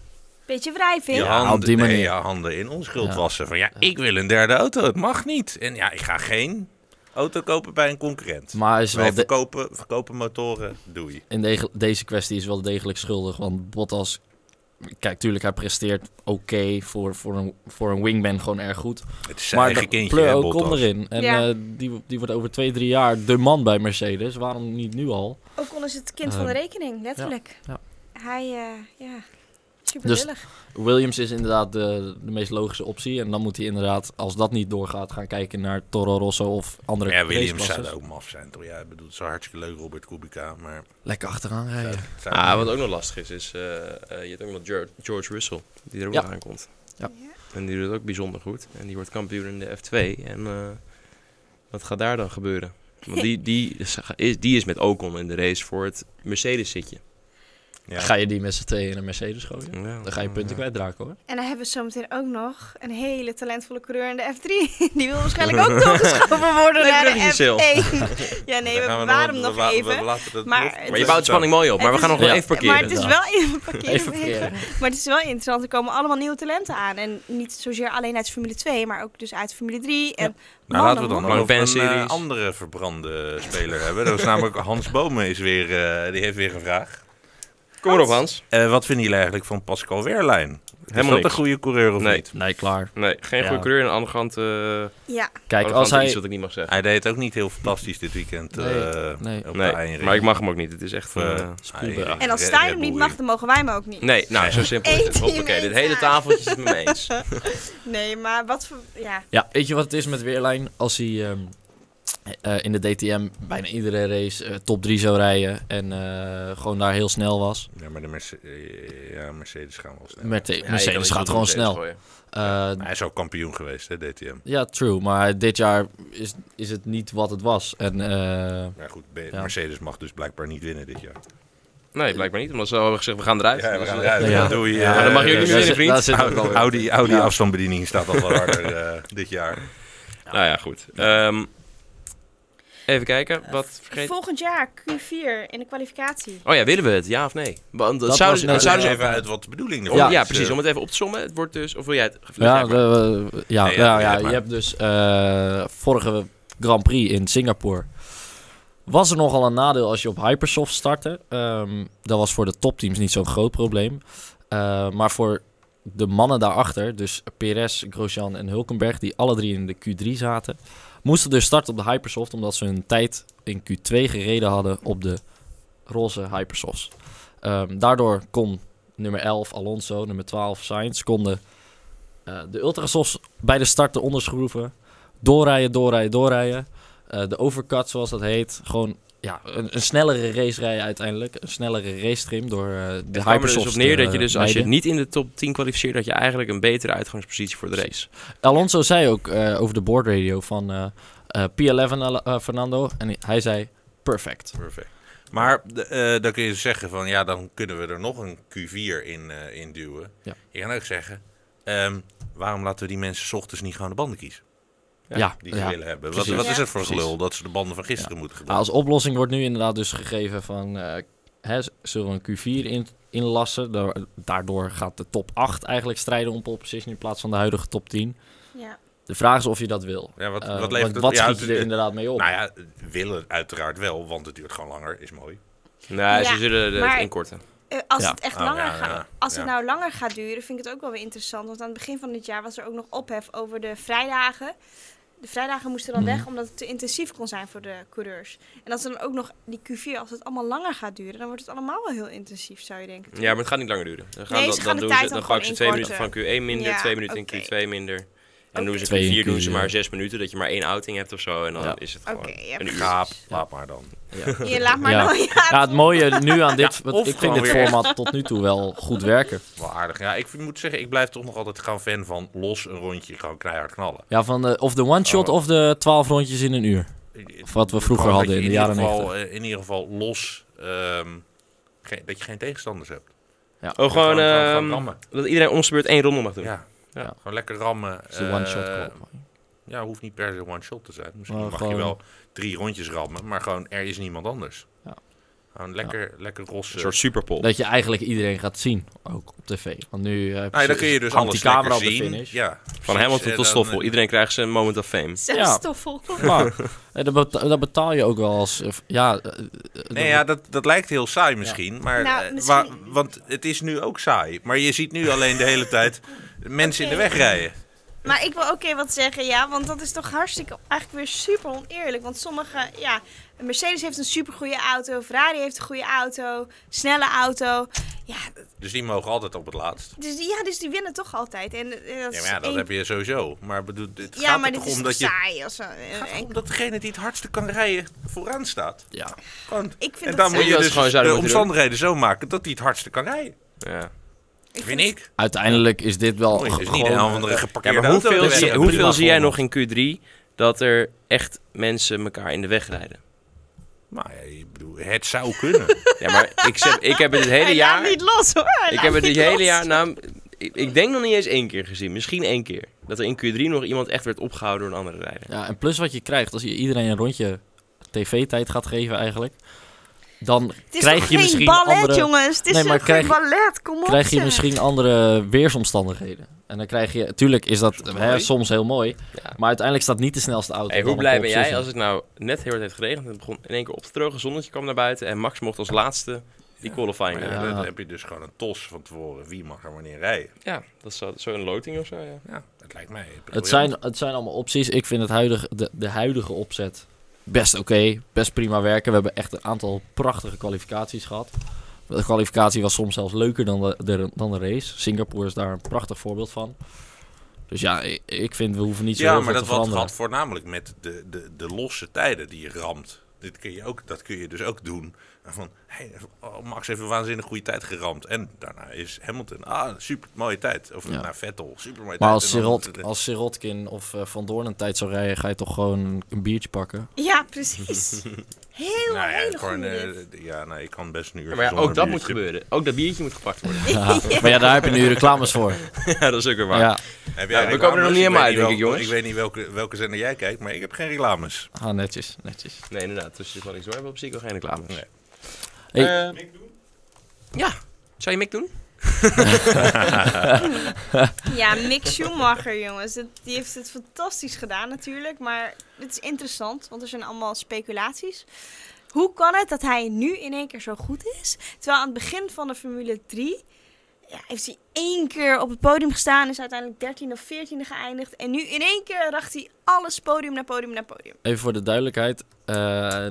Speaker 3: Beetje wrijving.
Speaker 4: je,
Speaker 2: Ja, op
Speaker 4: handen,
Speaker 2: die
Speaker 4: nee,
Speaker 2: manier.
Speaker 4: je handen in onschuld
Speaker 2: Ja.
Speaker 4: wassen. Van ja, ik wil een derde auto, het mag niet. En ja, ik ga geen auto kopen bij een concurrent.
Speaker 2: Maar is wel
Speaker 4: Wij
Speaker 2: de-
Speaker 4: verkopen, verkopen motoren, doei.
Speaker 2: in dege- deze kwestie is wel degelijk schuldig. Want Bottas, kijk, tuurlijk, hij presteert oké voor, voor, een, voor een wingman gewoon erg goed.
Speaker 4: Het is zijn
Speaker 2: Maar
Speaker 4: eigen
Speaker 2: de-
Speaker 4: kindje, hè,
Speaker 2: Fleur ook
Speaker 4: Bottas.
Speaker 2: komt erin. En
Speaker 3: Ja.
Speaker 2: eh, die, die wordt over twee, drie jaar de man bij Mercedes. Waarom niet nu al?
Speaker 3: Ook al is het kind van de
Speaker 2: Ehm,
Speaker 3: rekening, letterlijk.
Speaker 2: ja.
Speaker 3: Hij, eh, ja, super
Speaker 2: Dus- Williams is inderdaad de, de meest logische optie. En dan moet hij inderdaad, als dat niet doorgaat, gaan kijken naar Toro Rosso of andere
Speaker 4: Ja, Williams zou
Speaker 2: raceklasses.
Speaker 4: er ook maf zijn. Toch? Ja, ik bedoel, het is wel hartstikke leuk, Robert Kubica, maar...
Speaker 2: Lekker achteraan rijden.
Speaker 4: het zou-
Speaker 1: Ah, wat ook nog lastig is, is eh, eh, je hebt ook nog George, George Russell, die er ook
Speaker 2: Ja.
Speaker 1: nog aankomt.
Speaker 2: Ja.
Speaker 3: Ja.
Speaker 1: En die doet het ook bijzonder goed. En die wordt kampioen in de F2. En eh, wat gaat daar dan gebeuren? Want die, die, is, is- die is met Ocon in de race voor het Mercedes-zitje.
Speaker 4: ja.
Speaker 2: Ga je die met z'n tweeën in een Mercedes gooien? Dan ga je punten
Speaker 1: Mm.
Speaker 2: kwijtraken hoor.
Speaker 3: En dan hebben we zometeen ook nog een hele talentvolle coureur in de F3. Die wil waarschijnlijk ook doorgeschoven worden
Speaker 1: Leuk
Speaker 3: naar de
Speaker 1: bruggetje, Sil.
Speaker 3: F1. Ja, nee,
Speaker 4: Dan
Speaker 3: we
Speaker 4: gaan we
Speaker 3: bewaren hem
Speaker 4: we
Speaker 3: nog
Speaker 4: la- we
Speaker 3: even.
Speaker 4: laten dat
Speaker 3: Maar
Speaker 4: los.
Speaker 3: het
Speaker 1: Maar je bouwt de spanning mooi op. Maar we gaan nog wel
Speaker 2: Ja.
Speaker 1: even
Speaker 3: Ja, maar
Speaker 1: parkeren.
Speaker 3: het is wel
Speaker 2: inderdaad.
Speaker 3: even parkeren.
Speaker 2: Even
Speaker 3: even- Maar het is wel interessant. Er komen allemaal nieuwe talenten aan. En niet zozeer alleen uit Formule 2, maar ook dus uit Formule 3. En
Speaker 4: Nou, laten we dan
Speaker 1: Lange
Speaker 4: nog over een
Speaker 1: fanseries.
Speaker 4: eh, andere verbrande speler hebben. Dat is namelijk Hans Bomen is weer, eh, die heeft weer een vraag.
Speaker 1: Kom erop, Hans.
Speaker 4: Eh, wat vinden jullie eigenlijk van Pascal Wehrlein? Is
Speaker 1: Helemaal
Speaker 4: dat
Speaker 1: niks.
Speaker 4: een goede coureur of
Speaker 1: Nee.
Speaker 4: niet?
Speaker 2: Nee, klaar.
Speaker 1: Nee, geen
Speaker 2: Ja.
Speaker 1: goede coureur en arrogant, eh
Speaker 3: ja,
Speaker 2: Kijk, als
Speaker 1: iets
Speaker 2: hij...
Speaker 1: wat ik niet mag zeggen.
Speaker 4: Hij deed het ook niet heel fantastisch dit weekend eh,
Speaker 2: Nee, nee.
Speaker 4: op de
Speaker 1: Nee,
Speaker 4: Einring.
Speaker 1: maar ik mag hem ook niet. Het is echt...
Speaker 4: Of, eh,
Speaker 1: eh,
Speaker 2: Spoelberg.
Speaker 4: Einring,
Speaker 3: en als
Speaker 4: Red-
Speaker 3: Stijn
Speaker 4: Red
Speaker 3: hem niet
Speaker 4: Bull
Speaker 3: mag,
Speaker 4: Ring.
Speaker 3: dan mogen wij hem ook niet.
Speaker 1: nee, nou, zo simpel is het.
Speaker 3: Eén team,
Speaker 1: Hoppakee, dit
Speaker 3: één
Speaker 1: hele
Speaker 3: taak.
Speaker 1: tafeltje is het met me eens.
Speaker 3: Nee, maar wat voor... Ja,
Speaker 2: Ja, weet je wat het is met Weerlijn? Als hij ehm, eh, in de DTM bijna iedere race eh, top 3 zou rijden en eh, gewoon daar heel snel was.
Speaker 4: Ja, maar de Merce- eh, ja, Mercedes gaan wel snel.
Speaker 2: Met de
Speaker 1: Ja, je kan
Speaker 2: Mercedes
Speaker 1: niet
Speaker 2: gaat
Speaker 1: op
Speaker 2: gewoon
Speaker 1: Mercedes
Speaker 2: snel.
Speaker 1: gooien.
Speaker 2: Eh,
Speaker 4: Maar hij is ook kampioen geweest, hè, DTM.
Speaker 2: ja, true. Maar dit jaar is, is het niet wat het was. En eh,
Speaker 4: Maar goed, be-
Speaker 2: Ja.
Speaker 4: Mercedes mag dus blijkbaar niet winnen dit jaar.
Speaker 1: Nee, blijkbaar niet. Omdat ze hebben gezegd, we gaan eruit.
Speaker 4: Ja, we
Speaker 1: Dus,
Speaker 4: gaan
Speaker 1: eh,
Speaker 4: eruit.
Speaker 2: Ja.
Speaker 4: Dat doe je.
Speaker 1: maar dan mag je ook
Speaker 4: eh,
Speaker 1: niet meer winnen, vriend.
Speaker 2: daar zit ook
Speaker 4: Audi,
Speaker 2: alweer-
Speaker 4: Audi, Audi afstandsbediening staat al wel harder eh, dit jaar.
Speaker 1: Nou ja, goed. Ehm, even
Speaker 3: Eh,
Speaker 1: kijken. Wat vergeet...
Speaker 3: volgend jaar Q4 in de kwalificatie.
Speaker 1: Oh ja, willen we het? Ja of nee? Want dat
Speaker 2: Dat
Speaker 1: zouden
Speaker 2: was
Speaker 1: ze...
Speaker 2: net
Speaker 1: dat
Speaker 4: Nou, Zouden
Speaker 1: zouden
Speaker 4: ze
Speaker 1: ze-
Speaker 4: even uit wat de bedoeling
Speaker 1: om-
Speaker 4: ervan
Speaker 1: ja,
Speaker 4: is, eh.
Speaker 1: precies. Om het even op te sommen. Het wordt dus... Of wil jij het... leg jij
Speaker 2: Ja,
Speaker 1: het maar.
Speaker 2: de- eh, ja,
Speaker 4: Nee, ja,
Speaker 2: ja, ja,
Speaker 4: doe jij het
Speaker 2: je
Speaker 4: maar.
Speaker 2: hebt dus eh, vorige Grand Prix in Singapore. Was er nogal een nadeel als je op Hypersoft startte. Ehm, dat was voor de topteams niet zo'n groot probleem. Eh, maar voor de mannen daarachter, dus Perez, Grosjean en Hulkenberg, die alle drie in de Q3 zaten, moesten dus starten op de Hypersoft omdat ze hun tijd in Q2 gereden hadden op de roze Hypersofts. Ehm, daardoor kon nummer 11 Alonso, nummer 12 Sainz, konden eh, de Ultrasofts bij de start te onderschroeven. Doorrijden, doorrijden, doorrijden. Eh, de overcut, zoals dat heet. Gewoon ja, een, een snellere race rijden uiteindelijk. Een snellere race trim door eh, de
Speaker 1: Het kwam er
Speaker 2: Hypersofts.
Speaker 1: dus op neer
Speaker 2: te,
Speaker 1: dat je dus,
Speaker 2: eh,
Speaker 1: als je het
Speaker 2: mijden.
Speaker 1: niet in de top 10 kwalificeert, dat je eigenlijk een betere uitgangspositie voor de race.
Speaker 2: Alonso zei ook eh, over de boordradio van eh, eh, P11 Al- eh, Fernando. En hij zei perfect.
Speaker 4: Perfect. Maar de- eh, dan kun je zeggen van ja, dan kunnen we er nog een Q4 in, eh, in duwen.
Speaker 2: Ja.
Speaker 4: Je kan ook zeggen, ehm, waarom laten we die mensen 's ochtends niet gewoon de banden kiezen
Speaker 1: Ja,
Speaker 2: Ja,
Speaker 4: die ze
Speaker 2: ja.
Speaker 4: willen hebben? Wat,
Speaker 1: Precies.
Speaker 4: wat is
Speaker 3: Ja.
Speaker 4: het voor
Speaker 1: Precies.
Speaker 4: gelul dat ze de banden van gisteren moeten
Speaker 2: Nou,
Speaker 4: gebruiken?
Speaker 2: als oplossing wordt nu inderdaad dus gegeven van... eh, hè, z- zullen we een Q4 in, inlassen? Da- Daardoor gaat de top 8 eigenlijk strijden om pole position... in plaats van de huidige top 10.
Speaker 3: Ja.
Speaker 2: De vraag is of je dat wil.
Speaker 4: Ja, wat,
Speaker 2: Eh,
Speaker 4: wat levert
Speaker 2: want
Speaker 4: het
Speaker 2: wat
Speaker 4: ja,
Speaker 2: schiet je
Speaker 4: het-
Speaker 2: er
Speaker 4: het-
Speaker 2: inderdaad mee op?
Speaker 4: Nou ja, willen uiteraard wel, want het duurt gewoon langer, is mooi.
Speaker 1: Nee, Nou, ze
Speaker 3: Ja,
Speaker 1: zullen de-
Speaker 3: maar-
Speaker 1: het inkorten.
Speaker 3: Eh, als
Speaker 2: Ja.
Speaker 3: het echt
Speaker 4: Oh,
Speaker 3: langer
Speaker 4: ja,
Speaker 3: gaat,
Speaker 4: ja,
Speaker 3: als
Speaker 4: ja.
Speaker 3: het nou langer gaat duren, vind ik het ook wel weer interessant. Want aan het begin van dit jaar was er ook nog ophef over de vrijdagen. De vrijdagen moesten dan
Speaker 2: Mhm.
Speaker 3: weg omdat het te intensief kon zijn voor de coureurs. En als er dan ook nog die Q4, als het allemaal langer gaat duren, dan wordt het allemaal wel heel intensief, zou je denken.
Speaker 1: Ja, maar het gaat niet langer duren. Dan, gaan
Speaker 3: Nee,
Speaker 1: dat-
Speaker 3: ze
Speaker 1: dan,
Speaker 3: gaan de
Speaker 1: doen
Speaker 3: tijd
Speaker 1: ze,
Speaker 3: dan
Speaker 1: dan pakken ze
Speaker 3: gewoon
Speaker 1: twee minuten
Speaker 3: inkorten.
Speaker 1: van Q1 minder,
Speaker 3: Ja,
Speaker 1: twee minuten
Speaker 3: oké.
Speaker 1: in Q2 minder. En doen ze
Speaker 2: Twee
Speaker 1: het
Speaker 2: in
Speaker 1: vier, doen ze
Speaker 2: Q4,
Speaker 1: maar
Speaker 2: ja.
Speaker 1: zes minuten, dat je maar één outing hebt of zo. En dan
Speaker 2: Ja.
Speaker 1: is het
Speaker 3: Oké,
Speaker 1: gewoon
Speaker 3: ja,
Speaker 1: een uur.
Speaker 4: Gaap, laat maar dan.
Speaker 3: Je laat maar
Speaker 2: Ja.
Speaker 3: dan. Ja,
Speaker 2: Ja, het mooie nu aan dit...
Speaker 1: Ja,
Speaker 2: want
Speaker 1: of
Speaker 2: ik vind
Speaker 1: gewoon
Speaker 2: dit
Speaker 1: weer echt.
Speaker 2: format tot nu toe wel goed werken.
Speaker 4: Wel aardig. Ja, ik moet zeggen, ik blijf toch nog altijd gaan fan van los een rondje gewoon keihard knallen.
Speaker 2: Ja, van de, of de one-shot
Speaker 4: Oh.
Speaker 2: of de twaalf rondjes in een uur. Of wat we vroeger
Speaker 4: Gewoon dat
Speaker 2: hadden
Speaker 4: je
Speaker 2: in de jaren
Speaker 4: ieder geval,
Speaker 2: 90.
Speaker 4: eh, In ieder geval los, ehm, geen- dat je geen tegenstanders hebt.
Speaker 1: Oh, gewoon,
Speaker 4: Gewoon- gewoon- gewoon
Speaker 1: ehm,
Speaker 4: rammen.
Speaker 1: dat iedereen om zijn beurt één ronde mag doen.
Speaker 4: Ja.
Speaker 1: Ja.
Speaker 4: Gewoon lekker rammen.
Speaker 2: Dat is de
Speaker 4: eh,
Speaker 2: one-shot call.
Speaker 4: Ja, hoeft niet per se one-shot te zijn. Misschien
Speaker 2: Maar
Speaker 4: mag
Speaker 2: gewoon-
Speaker 4: je wel drie rondjes rammen, maar gewoon er is niemand anders.
Speaker 2: Ja.
Speaker 4: Gewoon lekker, lekker rossen.
Speaker 1: Een soort superpol.
Speaker 2: Dat je eigenlijk iedereen gaat zien, ook op tv. Want nu eh, heb
Speaker 4: Nou ja,
Speaker 2: je-
Speaker 4: dan kun je dus
Speaker 2: hangt
Speaker 4: alles
Speaker 2: die camera
Speaker 4: lekker
Speaker 2: op de
Speaker 4: zien.
Speaker 2: finish.
Speaker 4: Ja.
Speaker 1: Van
Speaker 4: Precies,
Speaker 1: Hamilton tot
Speaker 4: eh, dan,
Speaker 1: Stoffel.
Speaker 4: eh,
Speaker 1: Iedereen krijgt zijn moment of fame.
Speaker 3: zelfs
Speaker 2: Ja.
Speaker 3: stoffel.
Speaker 2: Maar, eh, dat, beta- dat betaal je ook wel als... eh, ja, eh, eh, dat-
Speaker 4: Nee, ja, dat, dat lijkt heel saai misschien. Maar,
Speaker 3: Nou,
Speaker 4: eh,
Speaker 3: misschien-
Speaker 4: wa- want het is nu ook saai. Maar je ziet nu alleen de hele tijd mensen in de
Speaker 3: Oké.
Speaker 4: weg rijden.
Speaker 3: Maar ik wil ook even wat zeggen, ja, want dat is toch hartstikke eigenlijk weer super oneerlijk. Want sommige, ja, Mercedes heeft een super goede auto, Ferrari heeft een goede auto, snelle auto. Ja,
Speaker 4: Dus die mogen altijd op het laatst.
Speaker 3: dus, die- ja, dus die winnen toch altijd. En, eh, dat
Speaker 4: Ja,
Speaker 3: is
Speaker 4: maar ja, dat
Speaker 3: één-
Speaker 4: heb je sowieso. Maar bedoel, het
Speaker 3: Ja,
Speaker 4: gaat
Speaker 3: maar
Speaker 4: er
Speaker 3: dit
Speaker 4: toch
Speaker 3: is
Speaker 4: om
Speaker 3: toch
Speaker 4: dat je...
Speaker 3: saai. Als, een- een-
Speaker 4: gaat
Speaker 3: een-
Speaker 4: erom dat degene die het hardste kan rijden vooraan staat.
Speaker 2: ja.
Speaker 4: Gewoon.
Speaker 3: ik vind
Speaker 4: En
Speaker 3: dat
Speaker 4: dan moet
Speaker 1: saai.
Speaker 4: je
Speaker 1: Dat is
Speaker 4: dus
Speaker 1: gewoon zouden
Speaker 4: de
Speaker 1: moeten doen.
Speaker 4: omstandigheden zo maken dat die het hardste kan rijden.
Speaker 1: Ja.
Speaker 3: ik
Speaker 4: Vind
Speaker 3: vind-
Speaker 4: ik.
Speaker 2: Uiteindelijk is dit wel
Speaker 1: dus
Speaker 4: Het is
Speaker 2: gewoon...
Speaker 4: niet de helft
Speaker 2: eh,
Speaker 4: van de
Speaker 1: Oh, Ja,
Speaker 4: geparkeerde
Speaker 1: maar
Speaker 4: auto.
Speaker 1: hoeveel,
Speaker 4: de
Speaker 1: zie,
Speaker 4: weg.
Speaker 1: hoeveel
Speaker 2: prima
Speaker 1: zie jij nog
Speaker 2: voorbeeld.
Speaker 1: in Q3 dat er echt mensen elkaar in de weg rijden?
Speaker 4: Nou ja, ik bedoel, het zou kunnen.
Speaker 1: Ja, maar ik, zeg, ik heb het het hele
Speaker 3: Hij
Speaker 1: jaar...
Speaker 3: laat niet los hoor. Hij
Speaker 1: Ik
Speaker 3: laat
Speaker 1: heb het
Speaker 3: niet
Speaker 1: dit hele
Speaker 3: los.
Speaker 1: jaar, nou, ik, ik denk nog niet eens één keer gezien. Misschien één keer. Dat er in Q3 nog iemand echt werd opgehouden door een andere rijder.
Speaker 2: eh, Ja, en plus wat je krijgt als je iedereen een rondje tv-tijd gaat geven eigenlijk. Dan
Speaker 3: Het is
Speaker 2: krijg
Speaker 3: toch
Speaker 2: je
Speaker 3: geen
Speaker 2: misschien
Speaker 3: ballet,
Speaker 2: andere,
Speaker 3: jongens. Het is
Speaker 2: Nee, maar
Speaker 3: toch geen
Speaker 2: krijg-
Speaker 3: ballet. Kom op.
Speaker 2: krijg je
Speaker 3: zeg.
Speaker 2: misschien andere weersomstandigheden. En dan krijg je, tuurlijk is dat
Speaker 1: Dat is
Speaker 2: hè,
Speaker 1: mooi.
Speaker 2: soms heel mooi,
Speaker 1: Ja.
Speaker 2: maar uiteindelijk staat niet de snelste auto.
Speaker 1: Hey,
Speaker 2: dan
Speaker 1: hoe
Speaker 2: op
Speaker 1: blij
Speaker 2: pole
Speaker 1: ben jij
Speaker 2: position.
Speaker 1: als het nou net heel hard heeft geregend en het begon in één keer op te drogen, zonnetje kwam naar buiten en Max mocht als laatste die qualifying
Speaker 4: Maar
Speaker 1: doen.
Speaker 4: ja,
Speaker 1: Ja,
Speaker 4: dan heb je dus gewoon een tos van tevoren. Wie mag er wanneer rijden?
Speaker 1: dat is zo, zo een loting of zo, ja.
Speaker 4: Ja, dat lijkt mij.
Speaker 2: Het
Speaker 4: briljant.
Speaker 2: zijn, het zijn allemaal opties. Ik vind het huidige, de, de huidige opzet best oké. best prima werken. We hebben echt een aantal prachtige kwalificaties gehad. De kwalificatie was soms zelfs leuker dan de, de- dan de race. Singapore is daar een prachtig voorbeeld van. Dus ja, ik, ik vind we hoeven niet zo
Speaker 4: Ja,
Speaker 2: heel
Speaker 4: maar
Speaker 2: veel te
Speaker 4: dat wat
Speaker 2: veranderen.
Speaker 4: had voornamelijk met de, de, de losse tijden die je ramt. Dit kun je ook, dat kun je dus ook doen. En Van, hey, oh, Max heeft een waanzinnig goede tijd geramd. En daarna is Hamilton, ah, super mooie tijd. Of
Speaker 2: Ja.
Speaker 4: naar Vettel, super mooie tijd.
Speaker 2: Maar als,
Speaker 4: En dan-
Speaker 2: Sirot, als Sirotkin of eh, Van Doorn een tijd zou rijden, ga je toch gewoon een biertje pakken.
Speaker 3: Ja, precies. Heel,
Speaker 4: nou ja,
Speaker 3: hele
Speaker 4: gewoon,
Speaker 3: goede
Speaker 4: eh,
Speaker 3: dit.
Speaker 4: ja, nee, ik kan best een uur.
Speaker 1: maar ja,
Speaker 4: zonder
Speaker 1: ook dat moet
Speaker 4: biertje.
Speaker 1: gebeuren. Ook dat biertje moet gepakt worden.
Speaker 2: Maar ja, daar heb je nu reclames voor.
Speaker 1: ja, dat is ook weer waar.
Speaker 2: Ja,
Speaker 4: Heb
Speaker 1: Ja,
Speaker 4: jij
Speaker 1: we komen er nog
Speaker 4: reclames?
Speaker 1: niet helemaal uit,
Speaker 4: weet
Speaker 1: denk ik,
Speaker 4: wel-
Speaker 1: jongens.
Speaker 4: Ik weet niet welke, welke zender jij kijkt, maar ik heb geen reclames.
Speaker 2: ah, netjes, netjes.
Speaker 1: Nee, inderdaad. Dus het is wel niks hoor. We hebben op zich wel geen reclame. Eh,
Speaker 4: Nee.
Speaker 2: Hey.
Speaker 1: ja. Zou je Mick doen?
Speaker 3: Ja, Mick Schumacher, jongens. Dat- die heeft het fantastisch gedaan natuurlijk. Maar het is interessant, want er zijn allemaal speculaties. Hoe kan het dat hij nu in één keer zo goed is? Terwijl aan het begin van de Formule 3 ja, heeft hij één keer op het podium gestaan. Is uiteindelijk 13 of 14e geëindigd. En nu in één keer racht hij alles podium naar podium naar podium.
Speaker 2: Even voor de duidelijkheid. eh,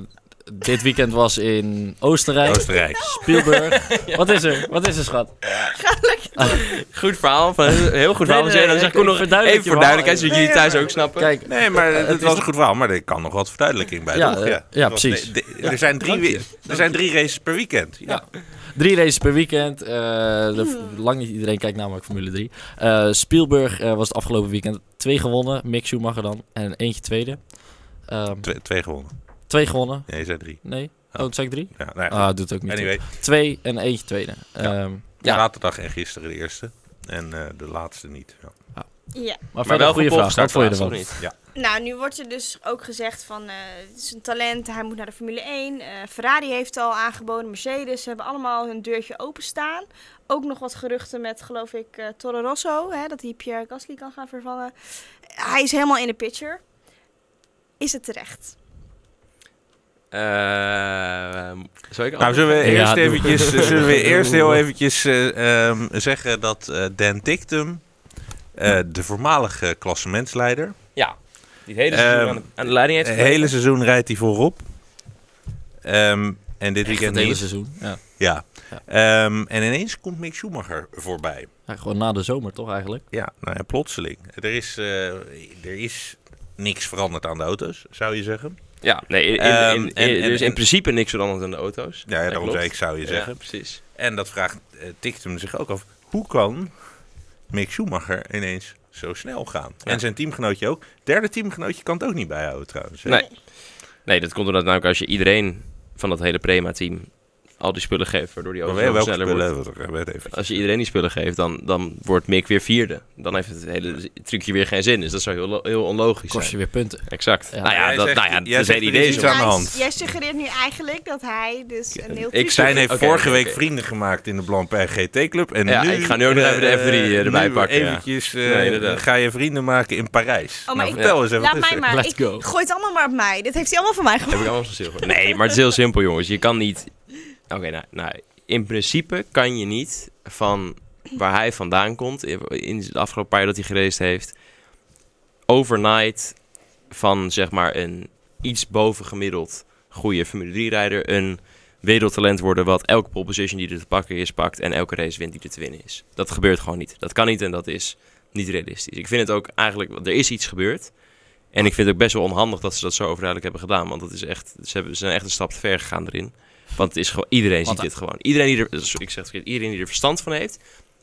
Speaker 2: dit weekend was in Oostenrijk,
Speaker 4: Oostenrijk.
Speaker 2: Spielberg. Wat is er? Wat is er, schat?
Speaker 1: Goed verhaal. Van, heel goed verhaal.
Speaker 2: nee,
Speaker 1: Jay. dan
Speaker 2: nee,
Speaker 1: zeg ik
Speaker 2: ik-
Speaker 1: ook
Speaker 2: ik
Speaker 1: nog
Speaker 2: verduidelijk
Speaker 1: even
Speaker 2: je
Speaker 1: voor
Speaker 2: verhaal
Speaker 1: duidelijkheid, zodat jullie thuis ook snappen.
Speaker 2: Kijk,
Speaker 4: Nee, maar het,
Speaker 2: Eh, het
Speaker 4: was
Speaker 2: is-
Speaker 4: een goed verhaal, maar er kan nog wat verduidelijking bij.
Speaker 2: Ja,
Speaker 4: toch?
Speaker 2: eh, ja,
Speaker 4: Want
Speaker 2: precies.
Speaker 4: de- de- er, zijn drie,
Speaker 2: dank je.
Speaker 4: we- er zijn drie races per weekend. Ja.
Speaker 2: drie races per weekend. eh, de- lang niet iedereen kijkt namelijk Formule 3. Eh, Spielberg eh, was het afgelopen weekend twee gewonnen. Mick Schumacher dan. En eentje tweede. Ehm,
Speaker 4: Twee, twee gewonnen.
Speaker 2: twee gewonnen.
Speaker 4: Nee, je zei drie.
Speaker 2: Nee.
Speaker 4: Oh.
Speaker 2: Oh, toen zei ik drie?
Speaker 4: Ja, nou ja,
Speaker 2: Ah, doet ook niet.
Speaker 4: anyway,
Speaker 2: toe. Twee en eentje tweede. Ehm, ja.
Speaker 4: zaterdag en gisteren de eerste. En eh, de laatste niet. Ja.
Speaker 3: Ja.
Speaker 2: maar
Speaker 1: maar
Speaker 2: verder
Speaker 1: wel
Speaker 2: een goede
Speaker 1: goed
Speaker 2: vraag. Wat
Speaker 1: opgestart
Speaker 2: vond je
Speaker 1: laatst,
Speaker 2: ervan?
Speaker 1: of niet?
Speaker 3: Nou, nu wordt er dus ook gezegd van eh, het is een talent, hij moet naar de Formule 1. eh, Ferrari heeft al aangeboden, Mercedes ze hebben allemaal hun deurtje openstaan. Ook nog wat geruchten met, geloof ik, eh Toro Rosso, hè, dat hij Pierre Gasly kan gaan vervangen. Hij is helemaal in de picture. Is het terecht?
Speaker 1: Ehm, zou ik
Speaker 4: Nou,
Speaker 1: antwoorden?
Speaker 4: zullen we
Speaker 2: Ja,
Speaker 4: eerst,
Speaker 2: doe.
Speaker 4: eventjes, eh, zullen we eerst
Speaker 2: Doe.
Speaker 4: heel eventjes eh, ehm, zeggen dat eh, Dan Tictum, eh, de voormalige klassementsleider,
Speaker 1: Ja. Die het hele seizoen
Speaker 4: Ehm,
Speaker 1: aan, de, aan de leiding
Speaker 4: het
Speaker 1: heeft
Speaker 4: hele seizoen rijdt hij voorop. Ehm, en dit
Speaker 2: Echt
Speaker 4: weekend
Speaker 2: het hele
Speaker 4: niet.
Speaker 2: seizoen. Ja.
Speaker 4: Ja.
Speaker 2: Ja.
Speaker 4: Ehm, en ineens komt Mick Schumacher voorbij.
Speaker 2: Ja, gewoon na de zomer toch eigenlijk?
Speaker 4: Ja, nou ja, plotseling. Er is, eh, er is niks veranderd aan de auto's, zou je zeggen.
Speaker 1: Ja, nee, in, in,
Speaker 4: Ehm,
Speaker 1: in-
Speaker 4: en-
Speaker 1: er is
Speaker 4: en-
Speaker 1: in principe niks veranderd aan de auto's.
Speaker 4: Ja,
Speaker 1: Dat
Speaker 4: daarom
Speaker 1: klopt.
Speaker 4: zei ik, zou je
Speaker 1: Ja,
Speaker 4: zeggen.
Speaker 1: precies.
Speaker 4: En dat vraagt, eh, tikt hem zich ook af. Hoe kan Mick Schumacher ineens zo snel gaan?
Speaker 1: Ja.
Speaker 4: En zijn teamgenootje ook. Derde teamgenootje kan het ook niet bijhouden trouwens. hè?
Speaker 1: Nee. Nee, dat komt omdat namelijk als je iedereen van dat hele Prema-team al die spullen geeft, waardoor die
Speaker 4: Maar
Speaker 1: auto
Speaker 4: wel-
Speaker 1: veel
Speaker 4: welke
Speaker 1: sneller wordt.
Speaker 4: spullen hebben we het ook, hè, weet even.
Speaker 1: Als je iedereen die spullen geeft, dan, dan wordt Mick weer vierde. Dan heeft het hele trucje weer geen zin. Dus dat zou heel, lo- heel onlogisch
Speaker 2: Kost je
Speaker 1: zijn.
Speaker 2: weer punten.
Speaker 1: Exact.
Speaker 2: Ja.
Speaker 1: Nou ja,
Speaker 4: Jij
Speaker 1: dat,
Speaker 4: zegt-
Speaker 1: nou ja,
Speaker 4: jij
Speaker 1: dat
Speaker 4: zegt
Speaker 1: is het idee
Speaker 4: er is
Speaker 1: zo.
Speaker 4: iets aan de
Speaker 3: Jij-
Speaker 4: hand.
Speaker 3: Jij suggereert nu eigenlijk dat hij dus een heel
Speaker 1: ik
Speaker 4: Zijn
Speaker 1: Oké,
Speaker 4: heeft
Speaker 1: oké,
Speaker 4: vorige week
Speaker 1: oké.
Speaker 4: vrienden gemaakt in de Blancpain GT Club. En
Speaker 1: Ja,
Speaker 4: nu,
Speaker 1: ik ga nu ook nog
Speaker 4: eh,
Speaker 1: even de F3
Speaker 4: eh,
Speaker 1: erbij
Speaker 4: nu
Speaker 1: pakken, ja.
Speaker 4: Eventjes eh,
Speaker 1: Nee, inderdaad.
Speaker 4: ga je vrienden maken in Parijs.
Speaker 3: Oh, maar
Speaker 4: nou,
Speaker 3: ik-
Speaker 4: vertel eens even.
Speaker 3: Laat
Speaker 4: wat is
Speaker 3: mij
Speaker 4: er?
Speaker 3: maar.
Speaker 2: Let's
Speaker 3: ik,
Speaker 2: go.
Speaker 3: Gooi het allemaal maar op mij. Dit heeft hij allemaal van mij
Speaker 1: Heb
Speaker 3: gehoord.
Speaker 1: ik allemaal van zilver. Nee, maar het is heel simpel, jongens. Je kan niet... Oké, nou, nou, in principe kan je niet van waar hij vandaan komt, in- in de afgelopen paar jaar dat hij geraced heeft, overnight van, zeg maar, een iets bovengemiddeld goede Formule 3-rijder een wereldtalent worden wat elke pole position die er te pakken is, pakt en elke race wint die er te winnen is. Dat gebeurt gewoon niet. Dat kan niet en dat is niet realistisch. Ik vind het ook eigenlijk, want er is iets gebeurd. En ik vind het ook best wel onhandig dat ze dat zo overduidelijk hebben gedaan. Want dat is echt, ze, hebben, ze zijn echt een stap te ver gegaan erin. Want het is gewoon, iedereen
Speaker 2: Want-
Speaker 1: ziet dit gewoon. Iedereen die er, ik zeg het verkeerd, iedereen die er verstand van heeft,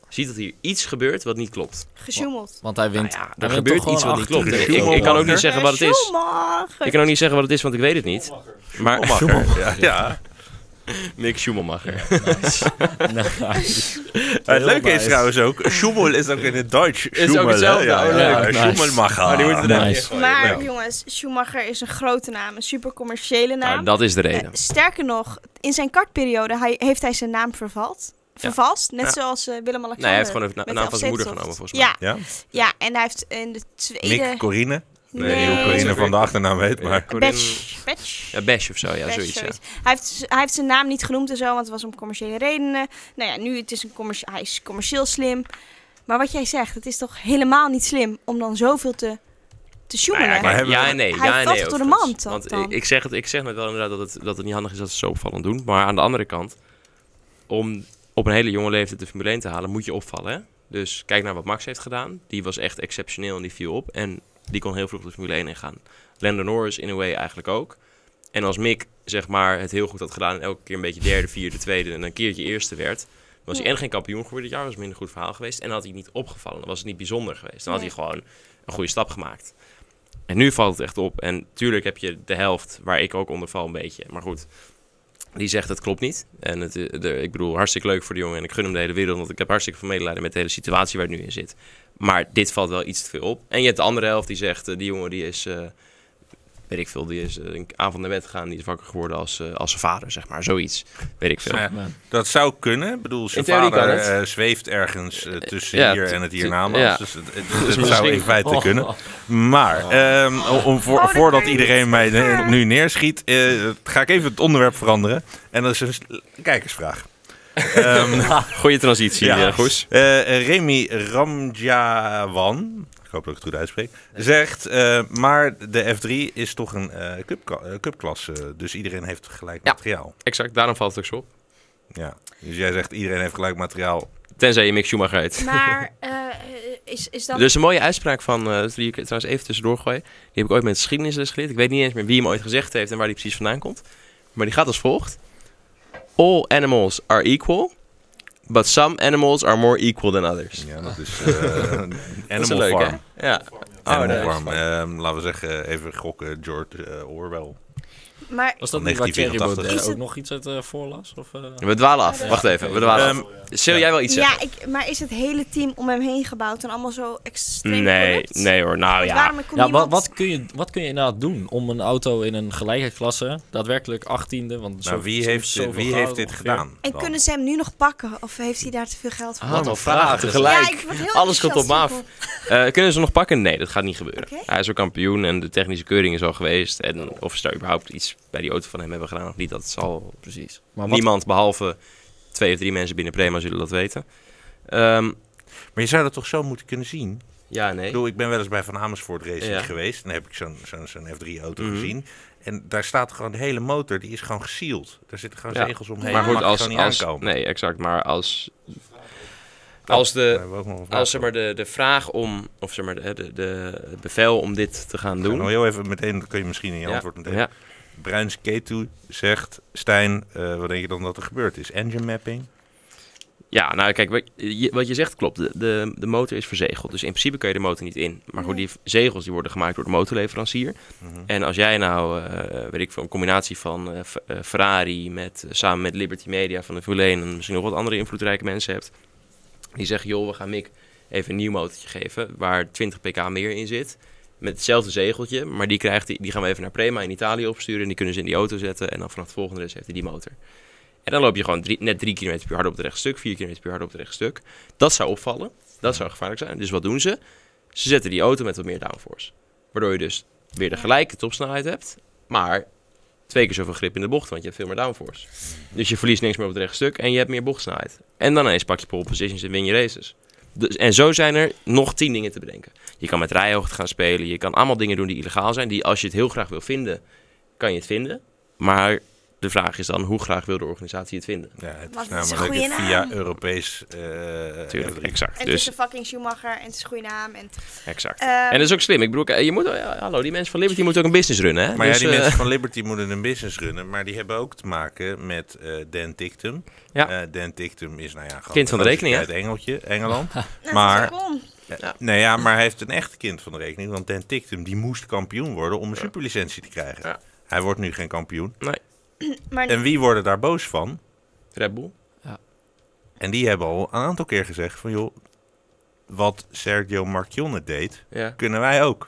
Speaker 1: ziet dat hier iets gebeurt wat niet klopt.
Speaker 3: Gesjoemeld.
Speaker 2: Want hij wint.
Speaker 1: Nou ja,
Speaker 2: hij
Speaker 1: er
Speaker 2: wint
Speaker 1: gebeurt
Speaker 2: toch
Speaker 1: iets
Speaker 2: gewoon
Speaker 1: wat niet
Speaker 2: acht
Speaker 1: klopt. Ik,
Speaker 4: punten.
Speaker 1: ik- ik kan ook niet zeggen wat het is.
Speaker 3: Schumacher.
Speaker 1: Ik kan ook niet zeggen wat het is, want ik weet het niet. Maar
Speaker 4: Schumacher. Ja, ja.
Speaker 1: Mick Schumacher.
Speaker 2: Nice. Nice.
Speaker 4: Het leuke
Speaker 2: Heel
Speaker 4: is
Speaker 2: nice.
Speaker 4: trouwens ook, Schummel is ook in het Duits. Schummel, hè?
Speaker 1: hetzelfde,
Speaker 4: Ja,
Speaker 1: oh,
Speaker 4: ja,
Speaker 1: leuk.
Speaker 4: ja,
Speaker 2: Nice.
Speaker 4: Schummelmacher.
Speaker 1: Maar Ah, die moeten we daar
Speaker 2: Nice.
Speaker 1: niet in gooien.
Speaker 3: Maar
Speaker 1: Nou,
Speaker 3: jongens, Schumacher is een grote naam. Een super commerciële naam.
Speaker 1: nou, dat is de
Speaker 3: Eh,
Speaker 1: reden.
Speaker 3: sterker nog, in zijn kartperiode hij, heeft hij zijn naam vervalt. Vervalst, net
Speaker 1: Ja.
Speaker 3: zoals eh, Willem-Alexander.
Speaker 1: Nee, hij heeft gewoon de na-
Speaker 3: met
Speaker 1: naam
Speaker 3: de
Speaker 1: van zijn moeder
Speaker 3: LC-tocht.
Speaker 1: genomen, volgens mij.
Speaker 3: Ja,
Speaker 4: Ja?
Speaker 3: ja, en hij heeft in de tweede...
Speaker 4: Mick, Corine.
Speaker 1: Nee,
Speaker 4: Nee, hoe Corine van de achternaam weet, maar...
Speaker 1: Corinne-
Speaker 3: Batch. Batch.
Speaker 1: Ja, Bash of zo, ja,
Speaker 3: Best
Speaker 1: zoiets. Ja.
Speaker 3: zoiets. Hij, heeft, z- hij heeft zijn naam niet genoemd en zo, want het was om commerciële redenen. Nou ja, nu het is een commerci- hij is commercieel slim. Maar wat jij zegt, het is toch helemaal niet slim om dan zoveel te, te sjoemelen.
Speaker 1: Nou ja, kijk,
Speaker 4: hebben
Speaker 1: ja
Speaker 4: we-
Speaker 1: en nee.
Speaker 3: Hij
Speaker 1: ja en
Speaker 3: valt
Speaker 1: nee,
Speaker 3: toch door de
Speaker 1: overigens.
Speaker 3: mand dan-
Speaker 1: Want
Speaker 3: dan?
Speaker 1: ik- ik zeg, het, ik zeg net wel inderdaad dat het, dat het niet handig is dat ze zo opvallend doen. Maar aan de andere kant, om op een hele jonge leeftijd de Formule 1 te halen, moet je opvallen. Hè? Dus kijk naar wat Max heeft gedaan. Die was echt exceptioneel en die viel op. En die kon heel vroeg de Formule 1 ingaan. Lando Norris in a way eigenlijk ook. En als Mick zeg maar, het heel goed had gedaan en elke keer een beetje derde, vierde, tweede en een keertje eerste werd... Was hij en geen kampioen geworden dit jaar, was het minder goed verhaal geweest. En had hij niet opgevallen, dan was het niet bijzonder geweest. Dan had hij
Speaker 3: Nee.
Speaker 1: gewoon een goede stap gemaakt. En nu valt het echt op. En tuurlijk heb je de helft, waar ik ook onder val een beetje. Maar goed, die zegt het klopt niet. En het, eh, de- ik bedoel, hartstikke leuk voor de jongen. En ik gun hem de hele wereld, want ik heb hartstikke veel medelijden met de hele situatie waar het nu in zit. Maar dit valt wel iets te veel op. En je hebt de andere helft die zegt, eh, die jongen die is, eh, weet ik veel, die is eh, een avond naar bed gegaan. Die is wakker geworden als, eh, als zijn vader, zeg maar. Zoiets, weet ik veel.
Speaker 4: Ja.
Speaker 2: Man.
Speaker 4: Dat zou kunnen. Ik bedoel, zijn
Speaker 1: In theorie
Speaker 4: vader
Speaker 1: kan het.
Speaker 4: eh, zweeft ergens eh, tussen
Speaker 1: Ja,
Speaker 4: hier
Speaker 1: t-
Speaker 4: en het
Speaker 1: t-
Speaker 4: hiernamaals.
Speaker 1: ja.
Speaker 4: Dus het, het- het zou
Speaker 1: misschien-
Speaker 4: in feite
Speaker 2: Oh.
Speaker 4: kunnen. Maar, ehm, o- om, voor,
Speaker 3: Oh, dat
Speaker 4: voordat
Speaker 3: kan je
Speaker 4: iedereen
Speaker 3: niet
Speaker 4: mij ne-
Speaker 3: zeggen.
Speaker 4: nu neerschiet, eh, ga ik even het onderwerp veranderen. En dat is een s- kijkersvraag. Ehm,
Speaker 1: Goeie transitie,
Speaker 4: Ja.
Speaker 1: eh, Goes.
Speaker 4: eh, Remy Ramjawan, ik hoop dat ik het goed uitspreek, zegt, eh, maar de F3 is toch een eh cupka- eh, cupklasse, dus iedereen heeft gelijk
Speaker 1: Ja.
Speaker 4: materiaal.
Speaker 1: Exact, daarom valt het ook zo op.
Speaker 4: Ja. Dus jij zegt, iedereen heeft gelijk materiaal.
Speaker 1: Tenzij je Mick Schumacher heet.
Speaker 3: Maar eh, is, is dat...
Speaker 1: Er is een mooie uitspraak van, eh, die ik trouwens even tussendoor gooi. Die heb ik ooit met geschiedenisles geleerd. Ik weet niet eens meer wie hem ooit gezegd heeft en waar die precies vandaan komt. Maar die gaat als volgt. All animals are equal, but some animals are more equal than others.
Speaker 4: Ja, dat is eh,
Speaker 1: Dat is
Speaker 4: Animal
Speaker 1: leuk, hè?
Speaker 4: Farm.
Speaker 1: Ja. Oh,
Speaker 4: Animal
Speaker 1: nee, dat is
Speaker 4: Farm. Ehm, laten we zeggen, even gokken, George eh, Orwell.
Speaker 3: maar
Speaker 2: Was dat
Speaker 4: Van
Speaker 2: niet waar Thierry
Speaker 4: 1984.
Speaker 2: Baudet
Speaker 3: Is het-
Speaker 2: ook nog iets uit eh, voorlas? Of, eh?
Speaker 1: We dwalen af. Wacht even, we dwalen
Speaker 4: Ehm,
Speaker 1: af. Zul jij wel iets
Speaker 3: ja,
Speaker 1: zeggen?
Speaker 3: ik, maar is het hele team om hem heen gebouwd en allemaal zo extreem
Speaker 1: Nee,
Speaker 3: corrupt?
Speaker 1: nee hoor. Nou
Speaker 3: Want
Speaker 1: ja.
Speaker 3: Dus Waarom
Speaker 2: Ja,
Speaker 3: kon
Speaker 2: wat,
Speaker 3: niemand...
Speaker 2: wat, kun je, wat kun je inderdaad doen om een auto in een gelijke klasse, daadwerkelijk 18e, want zo,
Speaker 4: Nou, wie heeft,
Speaker 2: zoveel
Speaker 4: wie heeft
Speaker 2: gouden
Speaker 4: dit
Speaker 2: ongeveer.
Speaker 4: gedaan?
Speaker 3: En
Speaker 4: dan?
Speaker 3: kunnen ze hem nu nog pakken? Of heeft hij daar te veel geld voor?
Speaker 1: Ah, wat
Speaker 2: een
Speaker 1: een
Speaker 2: vraag
Speaker 1: vraag
Speaker 3: ja,
Speaker 1: tegelijk.
Speaker 3: ik word heel
Speaker 1: Alles komt op me
Speaker 3: enthousiast
Speaker 1: af. Eh, kunnen ze hem nog pakken? Nee, dat gaat niet gebeuren.
Speaker 3: Oké.
Speaker 1: Hij is al kampioen en de technische keuring is al geweest. En of ze daar überhaupt iets bij die auto van hem hebben gedaan of niet, dat zal
Speaker 2: Precies. Maar wat,
Speaker 1: Niemand behalve twee of drie mensen binnen Prema zullen dat weten. Ehm,
Speaker 4: Maar je zou dat toch zo moeten kunnen zien?
Speaker 1: Ja,
Speaker 4: Ik
Speaker 1: nee.
Speaker 4: bedoel, ik ben wel eens bij Van Amersfoort Racing
Speaker 1: Ja.
Speaker 4: geweest. En heb ik zo'n zo'n zo'n F3-auto
Speaker 1: Mhm.
Speaker 4: gezien. En daar staat gewoon de hele motor, die is gewoon gesield. Daar zitten gewoon
Speaker 1: Ja.
Speaker 4: zegels omheen.
Speaker 3: Maar
Speaker 4: Maar
Speaker 1: maar goed,
Speaker 4: mag als,
Speaker 1: als,
Speaker 4: gewoon niet
Speaker 1: als,
Speaker 4: aankomen. Nou,
Speaker 1: nee, exact. Maar als, als de,
Speaker 4: Daar hebben we ook nog een vraag
Speaker 1: eh, als zeg maar
Speaker 4: over.
Speaker 1: de, de vraag om, of zeg maar de, de, de- het bevel om dit te gaan
Speaker 4: Ik ga nog
Speaker 1: doen.
Speaker 4: heel even meteen, dan kun je misschien in je
Speaker 1: Ja,
Speaker 4: antwoord meteen.
Speaker 1: ja.
Speaker 4: Bruins Ketu zegt, Stijn, eh, wat denk je dan dat er gebeurd is? Engine mapping?
Speaker 1: Ja, nou kijk, wat je, wat je zegt klopt. De, de, de motor is verzegeld, dus in principe kun je de motor niet in. Maar goed, die v- zegels die worden gemaakt door de motorleverancier.
Speaker 4: Mhm.
Speaker 1: En als jij nou, eh, weet ik veel, een combinatie van eh, F- eh, Ferrari met, eh, samen met Liberty Media van de Formule 1... en misschien nog wat andere invloedrijke mensen hebt... die zeggen, joh, we gaan Mick even een nieuw motortje geven... waar 20 pk meer in zit, met hetzelfde zegeltje... maar die, krijgt, die, die gaan we even naar Prema in Italië opsturen... en die kunnen ze in die auto zetten... en dan vanaf de volgende race heeft hij die motor. En dan loop je gewoon drie- net 3 km per hard op het rechtstuk, 4 km per hard op het rechtstuk. Dat zou opvallen. Dat zou gevaarlijk zijn. Dus wat doen ze? Ze zetten die auto met wat meer downforce. Waardoor je dus weer de gelijke topsnelheid hebt, maar twee keer zoveel grip in de bocht, want je hebt veel meer downforce. Dus je verliest niks meer op het rechtstuk en je hebt meer bochtsnelheid. En dan ineens pak je pole positions en win je races. Dus, en zo zijn er nog tien dingen te bedenken. Je kan met rijhoogte gaan spelen, je kan allemaal dingen doen die illegaal zijn, die als je het heel graag wil vinden, kan je het vinden. Maar de vraag is dan, hoe graag wil de organisatie het vinden?
Speaker 4: Ja, het
Speaker 3: Maar
Speaker 4: is
Speaker 3: dat is een
Speaker 4: namelijk
Speaker 3: goede
Speaker 4: via
Speaker 3: naam.
Speaker 4: Europees eh
Speaker 1: Tuurlijk,
Speaker 4: F3.
Speaker 1: exact.
Speaker 3: En het is
Speaker 1: Dus,
Speaker 3: een fucking Schumacher en het is een goede naam. En,
Speaker 1: exact.
Speaker 3: ehm,
Speaker 1: En dat is ook slim. Ik bedoel, eh, je moet, ja, hallo, die mensen van Liberty moeten ook een business runnen. Hè?
Speaker 4: Maar
Speaker 1: Dus,
Speaker 4: ja, die
Speaker 1: eh,
Speaker 4: mensen van Liberty moeten een business runnen, maar die hebben ook te maken met eh, Dan Tictum.
Speaker 1: Ja.
Speaker 4: Eh, Dan Tictum is nou ja, gewoon
Speaker 1: Kind van de
Speaker 4: een
Speaker 1: rekening, hè?
Speaker 4: uit Engeltje, Engeland.
Speaker 3: nou,
Speaker 4: maar-
Speaker 3: dat is een kon.
Speaker 1: Ja.
Speaker 4: Nou ja, maar hij heeft een echt kind van de rekening, want Dan Tictum die moest kampioen worden om een superlicentie te krijgen.
Speaker 1: Ja.
Speaker 4: Hij wordt nu geen kampioen.
Speaker 3: Maar
Speaker 4: En wie worden daar boos van?
Speaker 1: Red Bull.
Speaker 4: En die hebben al een aantal keer gezegd van joh, wat Sergio Marchionne deed,
Speaker 1: Ja.
Speaker 4: kunnen wij ook.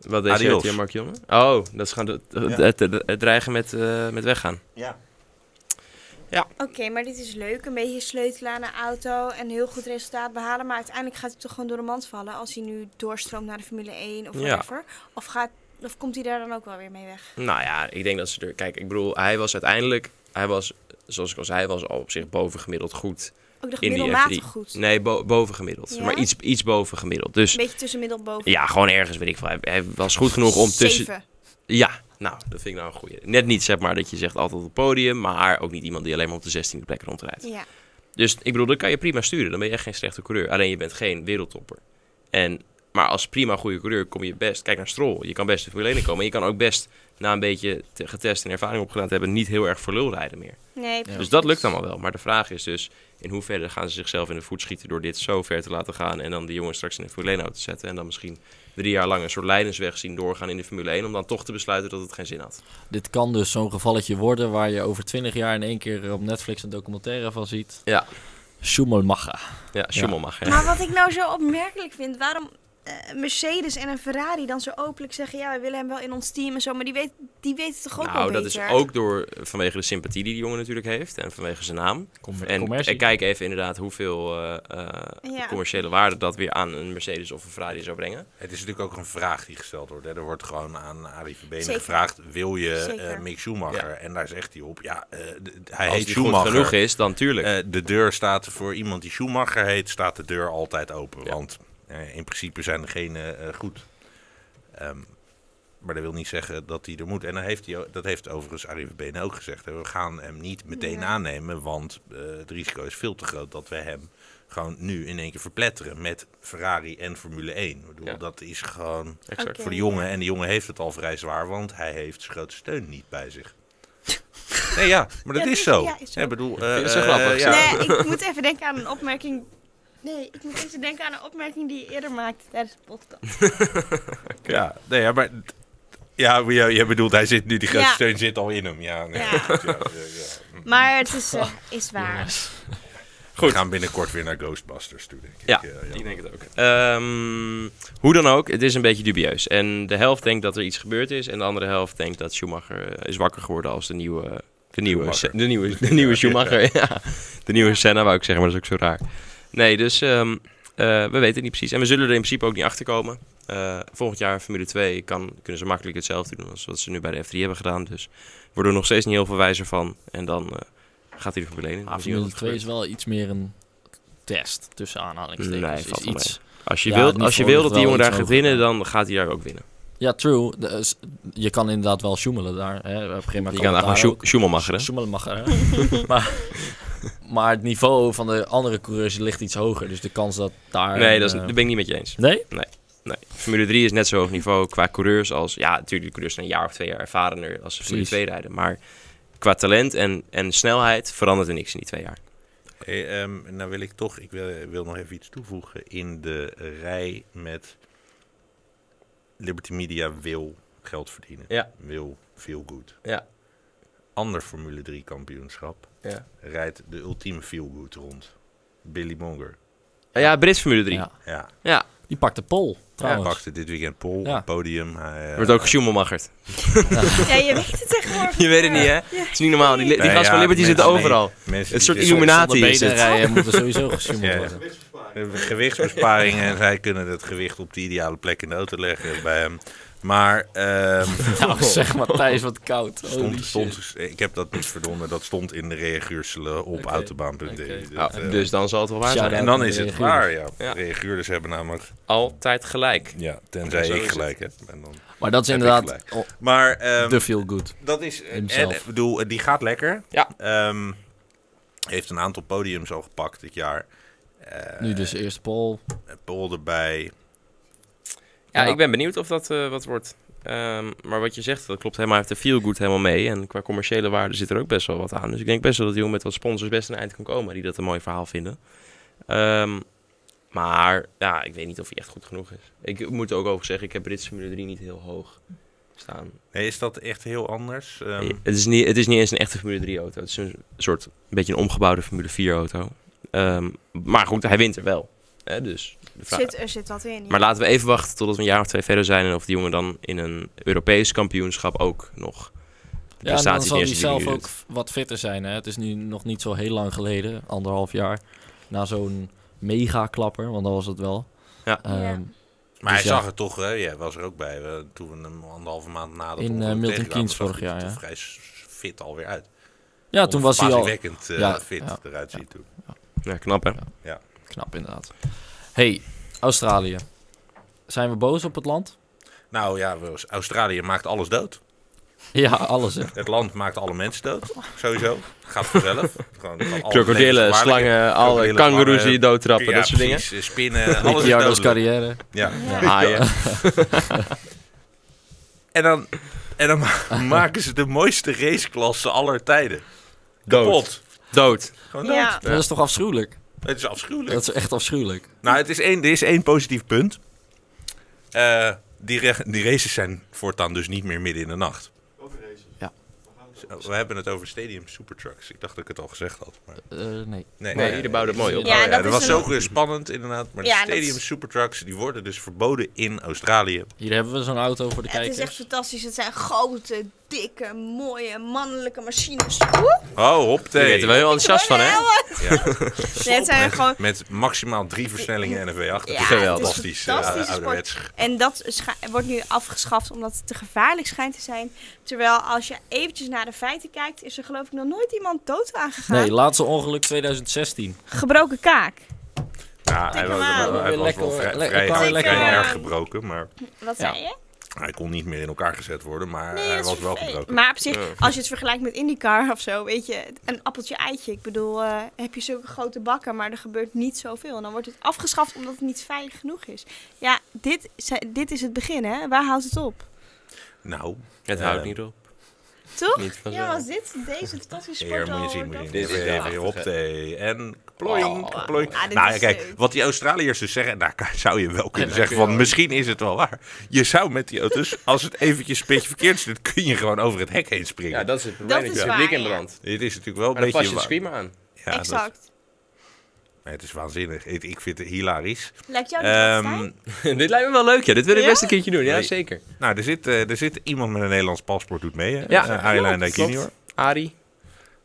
Speaker 1: Wat deed
Speaker 4: Adios.
Speaker 1: je Mark Jongen? Oh, dat is gewoon het, het, het- het- het dreigen met, eh, met weggaan.
Speaker 4: Ja.
Speaker 3: Oké, maar dit is leuk. Een beetje sleutelen aan een auto en heel goed resultaat behalen. Maar uiteindelijk gaat het toch gewoon door de mand vallen als hij nu doorstroomt naar de Formule 1 of
Speaker 1: Ja.
Speaker 3: whatever. Of, gaat, of komt hij daar dan ook wel weer mee weg?
Speaker 1: Nou ja, ik denk dat ze er... Kijk, ik bedoel, hij was uiteindelijk... Hij was, zoals ik al zei, hij was al op zich bovengemiddeld goed.
Speaker 3: Ook nog
Speaker 1: In die
Speaker 3: middelmatig
Speaker 1: F3.
Speaker 3: goed.
Speaker 1: Nee, bo- bovengemiddeld.
Speaker 3: Ja?
Speaker 1: Maar iets, iets bovengemiddeld.
Speaker 3: Een
Speaker 1: Dus
Speaker 3: beetje tussen middelboven.
Speaker 1: ja, gewoon ergens, weet ik veel. Hij, hij was goed genoeg om tussen...
Speaker 3: Zeven.
Speaker 1: Ja, nou, dat vind ik nou een goeie. Net niet, zeg maar, dat je zegt altijd op het podium... maar ook niet iemand die alleen maar op de 16e plek rondrijdt.
Speaker 3: Ja.
Speaker 1: Dus ik bedoel, dat kan je prima sturen. Dan ben je echt geen slechte coureur. Alleen je bent geen wereldtopper. En, maar als prima goede coureur kom je best... Kijk naar Stroll. Je kan best de Formule 1 in komen. En je kan ook best, na een beetje te- getest en ervaring opgedaan te hebben... niet heel erg voor lul rijden meer.
Speaker 3: Nee,
Speaker 2: Ja.
Speaker 1: Dus dat lukt allemaal wel. Maar de vraag is dus... in hoeverre gaan ze zichzelf in de voet schieten... door dit zo ver te laten gaan... en dan die jongen straks in de Formule 1 auto te zetten... en dan misschien drie jaar lang een soort leidensweg zien doorgaan in de Formule 1... om dan toch te besluiten dat het geen zin had.
Speaker 2: Dit kan dus zo'n gevalletje worden waar je over 20 jaar in één keer op Netflix een documentaire van ziet.
Speaker 1: Ja.
Speaker 2: Schumacher.
Speaker 1: Ja, Schummelmacher.
Speaker 3: Maar wat ik nou zo opmerkelijk vind, waarom eh, Mercedes en een Ferrari dan zo openlijk zeggen: ja, we willen hem wel in ons team en zo, maar die, weet, die weten toch ook wel
Speaker 1: Nou, dat is
Speaker 3: beter.
Speaker 1: ook door, vanwege de sympathie die die jongen natuurlijk heeft en vanwege zijn naam.
Speaker 2: Com-
Speaker 1: En,
Speaker 2: commercie.
Speaker 1: en kijk even inderdaad hoeveel eh, eh,
Speaker 3: Ja.
Speaker 1: commerciële waarde dat weer aan een Mercedes of een Ferrari zou brengen.
Speaker 4: Het is natuurlijk ook een vraag die gesteld wordt. Hè. Er wordt gewoon aan Arie Verbenen
Speaker 3: Zeker.
Speaker 4: gevraagd, wil je
Speaker 3: Zeker.
Speaker 4: eh, Mick Schumacher?
Speaker 1: Ja.
Speaker 4: En daar zegt hij op, ja, eh, d- hij
Speaker 1: Als
Speaker 4: heet
Speaker 1: die
Speaker 4: Schumacher.
Speaker 1: goed genoeg is, dan tuurlijk.
Speaker 4: Eh, de deur staat voor iemand die Schumacher heet, staat de deur altijd open. Want eh, in principe zijn degenen eh, goed. Ehm, maar dat wil niet zeggen dat hij er moet. En dan heeft hij, o- dat heeft overigens Arie Benen ook gezegd. hè. We gaan hem niet meteen
Speaker 3: Nee.
Speaker 4: aannemen, want eh, het risico is veel te groot dat we hem gewoon nu in één keer verpletteren met Ferrari en Formule 1. Ik bedoel,
Speaker 1: Ja.
Speaker 4: Dat is gewoon
Speaker 1: exact.
Speaker 3: oké.
Speaker 4: voor de jongen. En de jongen heeft het al vrij zwaar, want hij heeft zijn grote steun niet bij zich. Nee, ja, maar dat
Speaker 3: Ja,
Speaker 4: is
Speaker 3: is-
Speaker 4: zo.
Speaker 3: ja, is zo.
Speaker 4: Ik bedoel,
Speaker 1: vind het
Speaker 4: eh,
Speaker 1: zo grappig,
Speaker 4: eh,
Speaker 1: ja.
Speaker 3: Nee, ik moet even denken aan een opmerking. Nee, ik moet even denken aan een opmerking die je eerder maakte tijdens de podcast.
Speaker 4: Ja, nee, ja, maar... Ja, maar jij, jij bedoelt, hij zit nu, die grote
Speaker 3: Ja.
Speaker 4: steun zit al in hem. Ja, nee,
Speaker 3: Ja.
Speaker 4: goed, ja, ja, ja.
Speaker 3: Maar het is, eh, is waar.
Speaker 2: Jongens.
Speaker 1: Goed.
Speaker 4: We gaan binnenkort weer naar Ghostbusters toe, denk ik.
Speaker 1: Ja,
Speaker 4: Eh,
Speaker 1: Ik denk het ook. Ehm, hoe dan ook, het is een beetje dubieus. En de helft denkt dat er iets gebeurd is en de andere helft denkt dat Schumacher eh, is wakker geworden als de nieuwe... De nieuwe,
Speaker 4: Schumacher.
Speaker 1: de nieuwe, de nieuwe
Speaker 4: Ja.
Speaker 1: Schumacher, ja. De nieuwe Senna wou ik zeggen, maar dat is ook zo raar. Nee, dus ehm, eh, we weten het niet precies. En we zullen er in principe ook niet achter komen. Eh, volgend jaar Formule 2 kan, kunnen ze makkelijk hetzelfde doen als wat ze nu bij de F3 hebben gedaan. Dus we worden er nog steeds niet heel veel wijzer van. En dan eh, gaat hij de Formule 1 in.
Speaker 2: Maar
Speaker 1: We zien wel
Speaker 2: Ah, Dus Formule
Speaker 1: wat er
Speaker 2: 2 is wel iets meer een test tussen aanhalingstekens.
Speaker 1: Nee,
Speaker 2: is
Speaker 1: valt wel
Speaker 2: iets
Speaker 1: Als je
Speaker 2: Ja,
Speaker 1: wilt,
Speaker 2: het
Speaker 1: als je
Speaker 2: niveau
Speaker 1: wil dat die
Speaker 2: ligt wel
Speaker 1: jongen daar
Speaker 2: iets
Speaker 1: gaat
Speaker 2: hoger,
Speaker 1: winnen,
Speaker 2: ja.
Speaker 1: dan gaat hij daar ook winnen.
Speaker 2: Ja, true. De- eh, s- je kan inderdaad wel sjoemelen daar. Hè. Op een gegeven moment
Speaker 1: Die
Speaker 2: kan
Speaker 1: kan
Speaker 2: het
Speaker 1: daar
Speaker 2: daar
Speaker 1: gewoon Schumacher, hè?
Speaker 2: Sjoemelen mag er. hè. maar, maar het niveau van de andere coureurs ligt iets hoger. Dus de kans dat daar...
Speaker 1: Nee, dat, is,
Speaker 2: eh,
Speaker 1: dat ben ik niet met je eens.
Speaker 2: Nee?
Speaker 1: Nee. Formule 3 is net zo hoog niveau qua coureurs als... Ja, natuurlijk, de coureurs zijn een jaar of twee jaar ervarener als ze Formule
Speaker 2: Precies.
Speaker 1: 2 rijden. Maar qua talent en, en snelheid verandert er niks in die twee jaar.
Speaker 4: Hey, ehm, nou wil ik toch, ik wil, wil nog even iets toevoegen. In de rij met Liberty Media wil geld verdienen.
Speaker 1: Ja.
Speaker 4: Wil feel good.
Speaker 1: Ja.
Speaker 4: Ander Formule 3 kampioenschap
Speaker 1: Ja,
Speaker 4: rijdt de ultieme feel good rond. Billy Monger.
Speaker 1: Eh, ja Brits Formule 3.
Speaker 2: Ja.
Speaker 4: Ja,
Speaker 1: Ja,
Speaker 2: Die pakt de pol,
Speaker 4: hij
Speaker 2: trouwens.
Speaker 4: pakte dit weekend Pol,
Speaker 2: Ja.
Speaker 4: podium. Hij, eh,
Speaker 1: wordt ook gesjoemelmacherd.
Speaker 3: Ja, je weet het tegenwoordig.
Speaker 1: Je weet het niet, hè? Het is niet normaal. Die, li- die
Speaker 4: Nee,
Speaker 1: gast van
Speaker 4: Nou ja,
Speaker 1: Liberty
Speaker 4: mensen
Speaker 1: zitten
Speaker 4: die-
Speaker 1: overal.
Speaker 4: mensen
Speaker 1: Het
Speaker 4: die
Speaker 1: soort
Speaker 4: dus-
Speaker 1: illuminatie. Illuminati
Speaker 2: Zonder
Speaker 1: is het.
Speaker 2: bedenrijden moet er sowieso gesjoemeld
Speaker 4: Ja.
Speaker 2: worden.
Speaker 4: Eh, Gewichtsbesparingen en zij kunnen het gewicht op de ideale plek in de auto leggen bij hem. Maar ehm,
Speaker 2: Nou, zeg maar, Thijs, wat koud. Holy
Speaker 4: stond,
Speaker 2: shit.
Speaker 4: stond, ik heb dat niet verdonnen, dat stond in de reaguurselen op
Speaker 2: Oké.
Speaker 4: autobaan.nl.
Speaker 2: Oké.
Speaker 4: Dus,
Speaker 1: Nou,
Speaker 4: eh,
Speaker 1: dus dan zal het wel waar
Speaker 2: Ja,
Speaker 1: zijn.
Speaker 2: dan-
Speaker 4: en dan is het
Speaker 2: Reaguurders.
Speaker 4: waar, ja.
Speaker 1: Ja.
Speaker 4: Reaguurders hebben namelijk,
Speaker 1: Altijd gelijk.
Speaker 4: ja, tenzij
Speaker 1: Zo is
Speaker 4: ik
Speaker 1: het.
Speaker 4: gelijk heb. En dan.
Speaker 2: Maar dat is
Speaker 4: Heb ik
Speaker 2: inderdaad oh,
Speaker 4: Maar ehm,
Speaker 2: de feel good.
Speaker 4: dat is, en,
Speaker 2: Himself.
Speaker 4: ik bedoel, eh, die gaat lekker.
Speaker 1: Ja.
Speaker 4: Ehm, heeft een aantal podiums al gepakt dit jaar. Eh,
Speaker 2: Nu dus eerst pol.
Speaker 4: Pol erbij.
Speaker 1: Ja,
Speaker 2: Ja.
Speaker 1: ik ben benieuwd of dat eh, wat wordt. Ehm, maar wat je zegt, dat klopt helemaal. Hij heeft de feelgood helemaal mee. En qua commerciële waarde zit er ook best wel wat aan. Dus ik denk best wel dat die jongen met wat sponsors best een eind kan komen. Die dat een mooi verhaal vinden. Ehm, maar ja, ik weet niet of hij echt goed genoeg is. Ik moet er ook over zeggen, ik heb Brits Formule 3 niet heel hoog staan. Eh,
Speaker 4: Nee, is dat echt heel anders? Ehm,
Speaker 1: het, is niet, het is niet eens een echte Formule 3 auto. Het is een soort, een beetje een omgebouwde Formule 4 auto. Ehm, maar goed, hij wint er wel. Hè, dus de vraag-
Speaker 3: Zit, er zit wat in. ja.
Speaker 1: maar laten we even wachten totdat we een jaar of twee verder zijn. En of die jongen dan in een Europees kampioenschap ook nog de
Speaker 2: Ja, en dan
Speaker 1: prestaties
Speaker 2: zal
Speaker 1: ja,
Speaker 2: hij zelf ook f- wat fitter zijn. Hè? Het is nu nog niet zo heel lang geleden, anderhalf jaar, na zo'n mega klapper, want dat was het wel.
Speaker 1: Ja.
Speaker 2: Ehm,
Speaker 3: Ja.
Speaker 4: Maar
Speaker 2: Dus
Speaker 4: hij
Speaker 2: ja.
Speaker 4: zag het toch, hè? Jij was er ook bij eh, toen we hem anderhalve maand na dat
Speaker 2: In,
Speaker 4: ongeluk
Speaker 2: eh, Milton
Speaker 4: tegenkwamen,
Speaker 2: Keynes
Speaker 4: zag
Speaker 2: vorig
Speaker 4: hij er
Speaker 2: jaar,
Speaker 4: toch
Speaker 2: ja.
Speaker 4: vrij s- fit alweer uit.
Speaker 2: ja, toen was hij al
Speaker 4: Verbazingwekkend eh,
Speaker 2: Ja,
Speaker 4: fit
Speaker 2: ja.
Speaker 4: eruit zien toen.
Speaker 1: Ja, knap hè?
Speaker 2: knap inderdaad. Hey, Australië. Zijn we boos op het land?
Speaker 4: Nou ja, we- Australië maakt alles dood.
Speaker 2: Ja, alles hè.
Speaker 4: Het land maakt alle mensen dood. Sowieso. Gaat vanzelf. Gewoon van alle
Speaker 1: Krokodillen,
Speaker 4: levensgevaarlijke-
Speaker 1: slangen, alle
Speaker 4: krokodillen,
Speaker 1: kangoeroes
Speaker 4: slangen,
Speaker 1: die je doodtrappen,
Speaker 4: ja,
Speaker 1: dat soort dingen.
Speaker 4: precies, eh, Spinnen, alles is
Speaker 2: Ricciardo's
Speaker 4: dood.
Speaker 2: carrière.
Speaker 4: Ja.
Speaker 1: Haaien.
Speaker 4: En dan, en dan ma- maken ze de mooiste raceklasse aller tijden.
Speaker 1: Dood.
Speaker 4: Pot.
Speaker 1: Dood.
Speaker 4: Gewoon dood.
Speaker 3: Ja.
Speaker 2: Dat is toch afschuwelijk?
Speaker 4: Het is afschuwelijk.
Speaker 2: Dat is echt afschuwelijk.
Speaker 4: Nou, het is één, er is één positief punt. Eh, die, re- die races zijn voortaan dus niet meer midden in de nacht.
Speaker 2: Ja.
Speaker 4: We hebben het over Stadium Supertrucks. Ik dacht dat ik het al gezegd had. Maar
Speaker 2: Eh, nee.
Speaker 4: nee,
Speaker 1: Nee, ieder bouwt het mooi op.
Speaker 3: Ja,
Speaker 4: Oh
Speaker 3: dat
Speaker 4: dat
Speaker 3: is
Speaker 4: was
Speaker 3: een-
Speaker 4: ook weer spannend inderdaad. Maar
Speaker 3: Ja, dat
Speaker 4: de Stadium
Speaker 3: is-
Speaker 4: Supertrucks die worden dus verboden in Australië.
Speaker 2: Hier hebben we zo'n auto voor de
Speaker 3: Het is
Speaker 2: kijkers.
Speaker 3: echt fantastisch. Het zijn grote, dikke, mooie, mannelijke machines. Oeh,
Speaker 4: Oh, hop
Speaker 1: Je weet er wel heel enthousiast van hè?
Speaker 3: Nee, het zijn gewoon...
Speaker 4: Met maximaal drie versnellingen en een V8. Dat
Speaker 3: Ja,
Speaker 4: is
Speaker 1: het is
Speaker 4: fantastisch.
Speaker 3: fantastische
Speaker 4: eh,
Speaker 3: sport.
Speaker 4: ouderwets.
Speaker 3: En dat scha- wordt nu afgeschaft omdat het te gevaarlijk schijnt te zijn. Terwijl als je eventjes naar de feiten kijkt, is er geloof ik nog nooit iemand dood aangegaan.
Speaker 2: Nee, laatste ongeluk 2016.
Speaker 3: Gebroken kaak.
Speaker 4: Ja, hij
Speaker 3: hem
Speaker 4: was,
Speaker 3: aan.
Speaker 4: hij was
Speaker 2: Lekker
Speaker 4: wel
Speaker 2: hoor.
Speaker 4: vrij,
Speaker 2: Lekker,
Speaker 4: vrij,
Speaker 2: klaar,
Speaker 4: vrij
Speaker 3: lekker.
Speaker 4: erg gebroken. Maar
Speaker 3: Wat
Speaker 2: Ja.
Speaker 3: zei je?
Speaker 4: hij kon niet meer in elkaar gezet worden. Maar
Speaker 3: Nee,
Speaker 4: hij
Speaker 3: dat is
Speaker 4: was wel
Speaker 3: vervelend.
Speaker 4: gebroken.
Speaker 3: Maar op zich, als je het vergelijkt met IndyCar of zo, weet je, een appeltje eitje. Ik bedoel, eh, heb je zulke grote bakken, maar er gebeurt niet zoveel. En dan wordt het afgeschaft omdat het niet veilig genoeg is. Ja, dit, zijn- dit is het begin, hè? Waar houdt het op?
Speaker 4: Nou,
Speaker 1: Het houdt niet op.
Speaker 3: Toch?
Speaker 1: Niet
Speaker 3: Ja,
Speaker 1: vanzelf.
Speaker 3: was dit, deze fantastische sport
Speaker 4: Hier moet je
Speaker 3: al,
Speaker 4: zien, moet je
Speaker 3: dat-
Speaker 4: zien. Even, even op thee. En ploink,
Speaker 2: Oh.
Speaker 4: ploink.
Speaker 3: Ah, dit
Speaker 4: nou ja,
Speaker 3: is
Speaker 4: kijk,
Speaker 3: leuk.
Speaker 4: wat die Australiërs dus zeggen, daar kan- zou je wel kunnen zeggen, want misschien is het wel waar. Je zou met die auto's, als het eventjes een beetje verkeerd zit, kun je gewoon over het hek heen springen.
Speaker 1: Ja, dat is het
Speaker 3: Dat
Speaker 1: probleem.
Speaker 3: is
Speaker 1: Het
Speaker 3: waar,
Speaker 1: publiek in
Speaker 3: ja.
Speaker 1: brand.
Speaker 4: Dit is natuurlijk wel een
Speaker 1: Maar dan
Speaker 4: beetje...
Speaker 1: pas je het
Speaker 4: wa-
Speaker 1: screamer aan.
Speaker 4: Ja, dat-
Speaker 3: Exact.
Speaker 4: nee, het is waanzinnig. Ik, ik vind het hilarisch.
Speaker 3: Lijkt jou dat
Speaker 4: Ehm,
Speaker 3: Stijn?
Speaker 1: Dit lijkt me wel leuk ja. Dit wil ik
Speaker 3: Ja?
Speaker 1: best een keertje doen. Ja,
Speaker 4: Nee.
Speaker 1: zeker.
Speaker 4: nou, er zit, eh, er zit iemand met een Nederlands paspoort, doet mee. Hè?
Speaker 1: Ja,
Speaker 4: Eh, Arjen Dijk
Speaker 1: klopt.
Speaker 4: junior.
Speaker 1: Arie.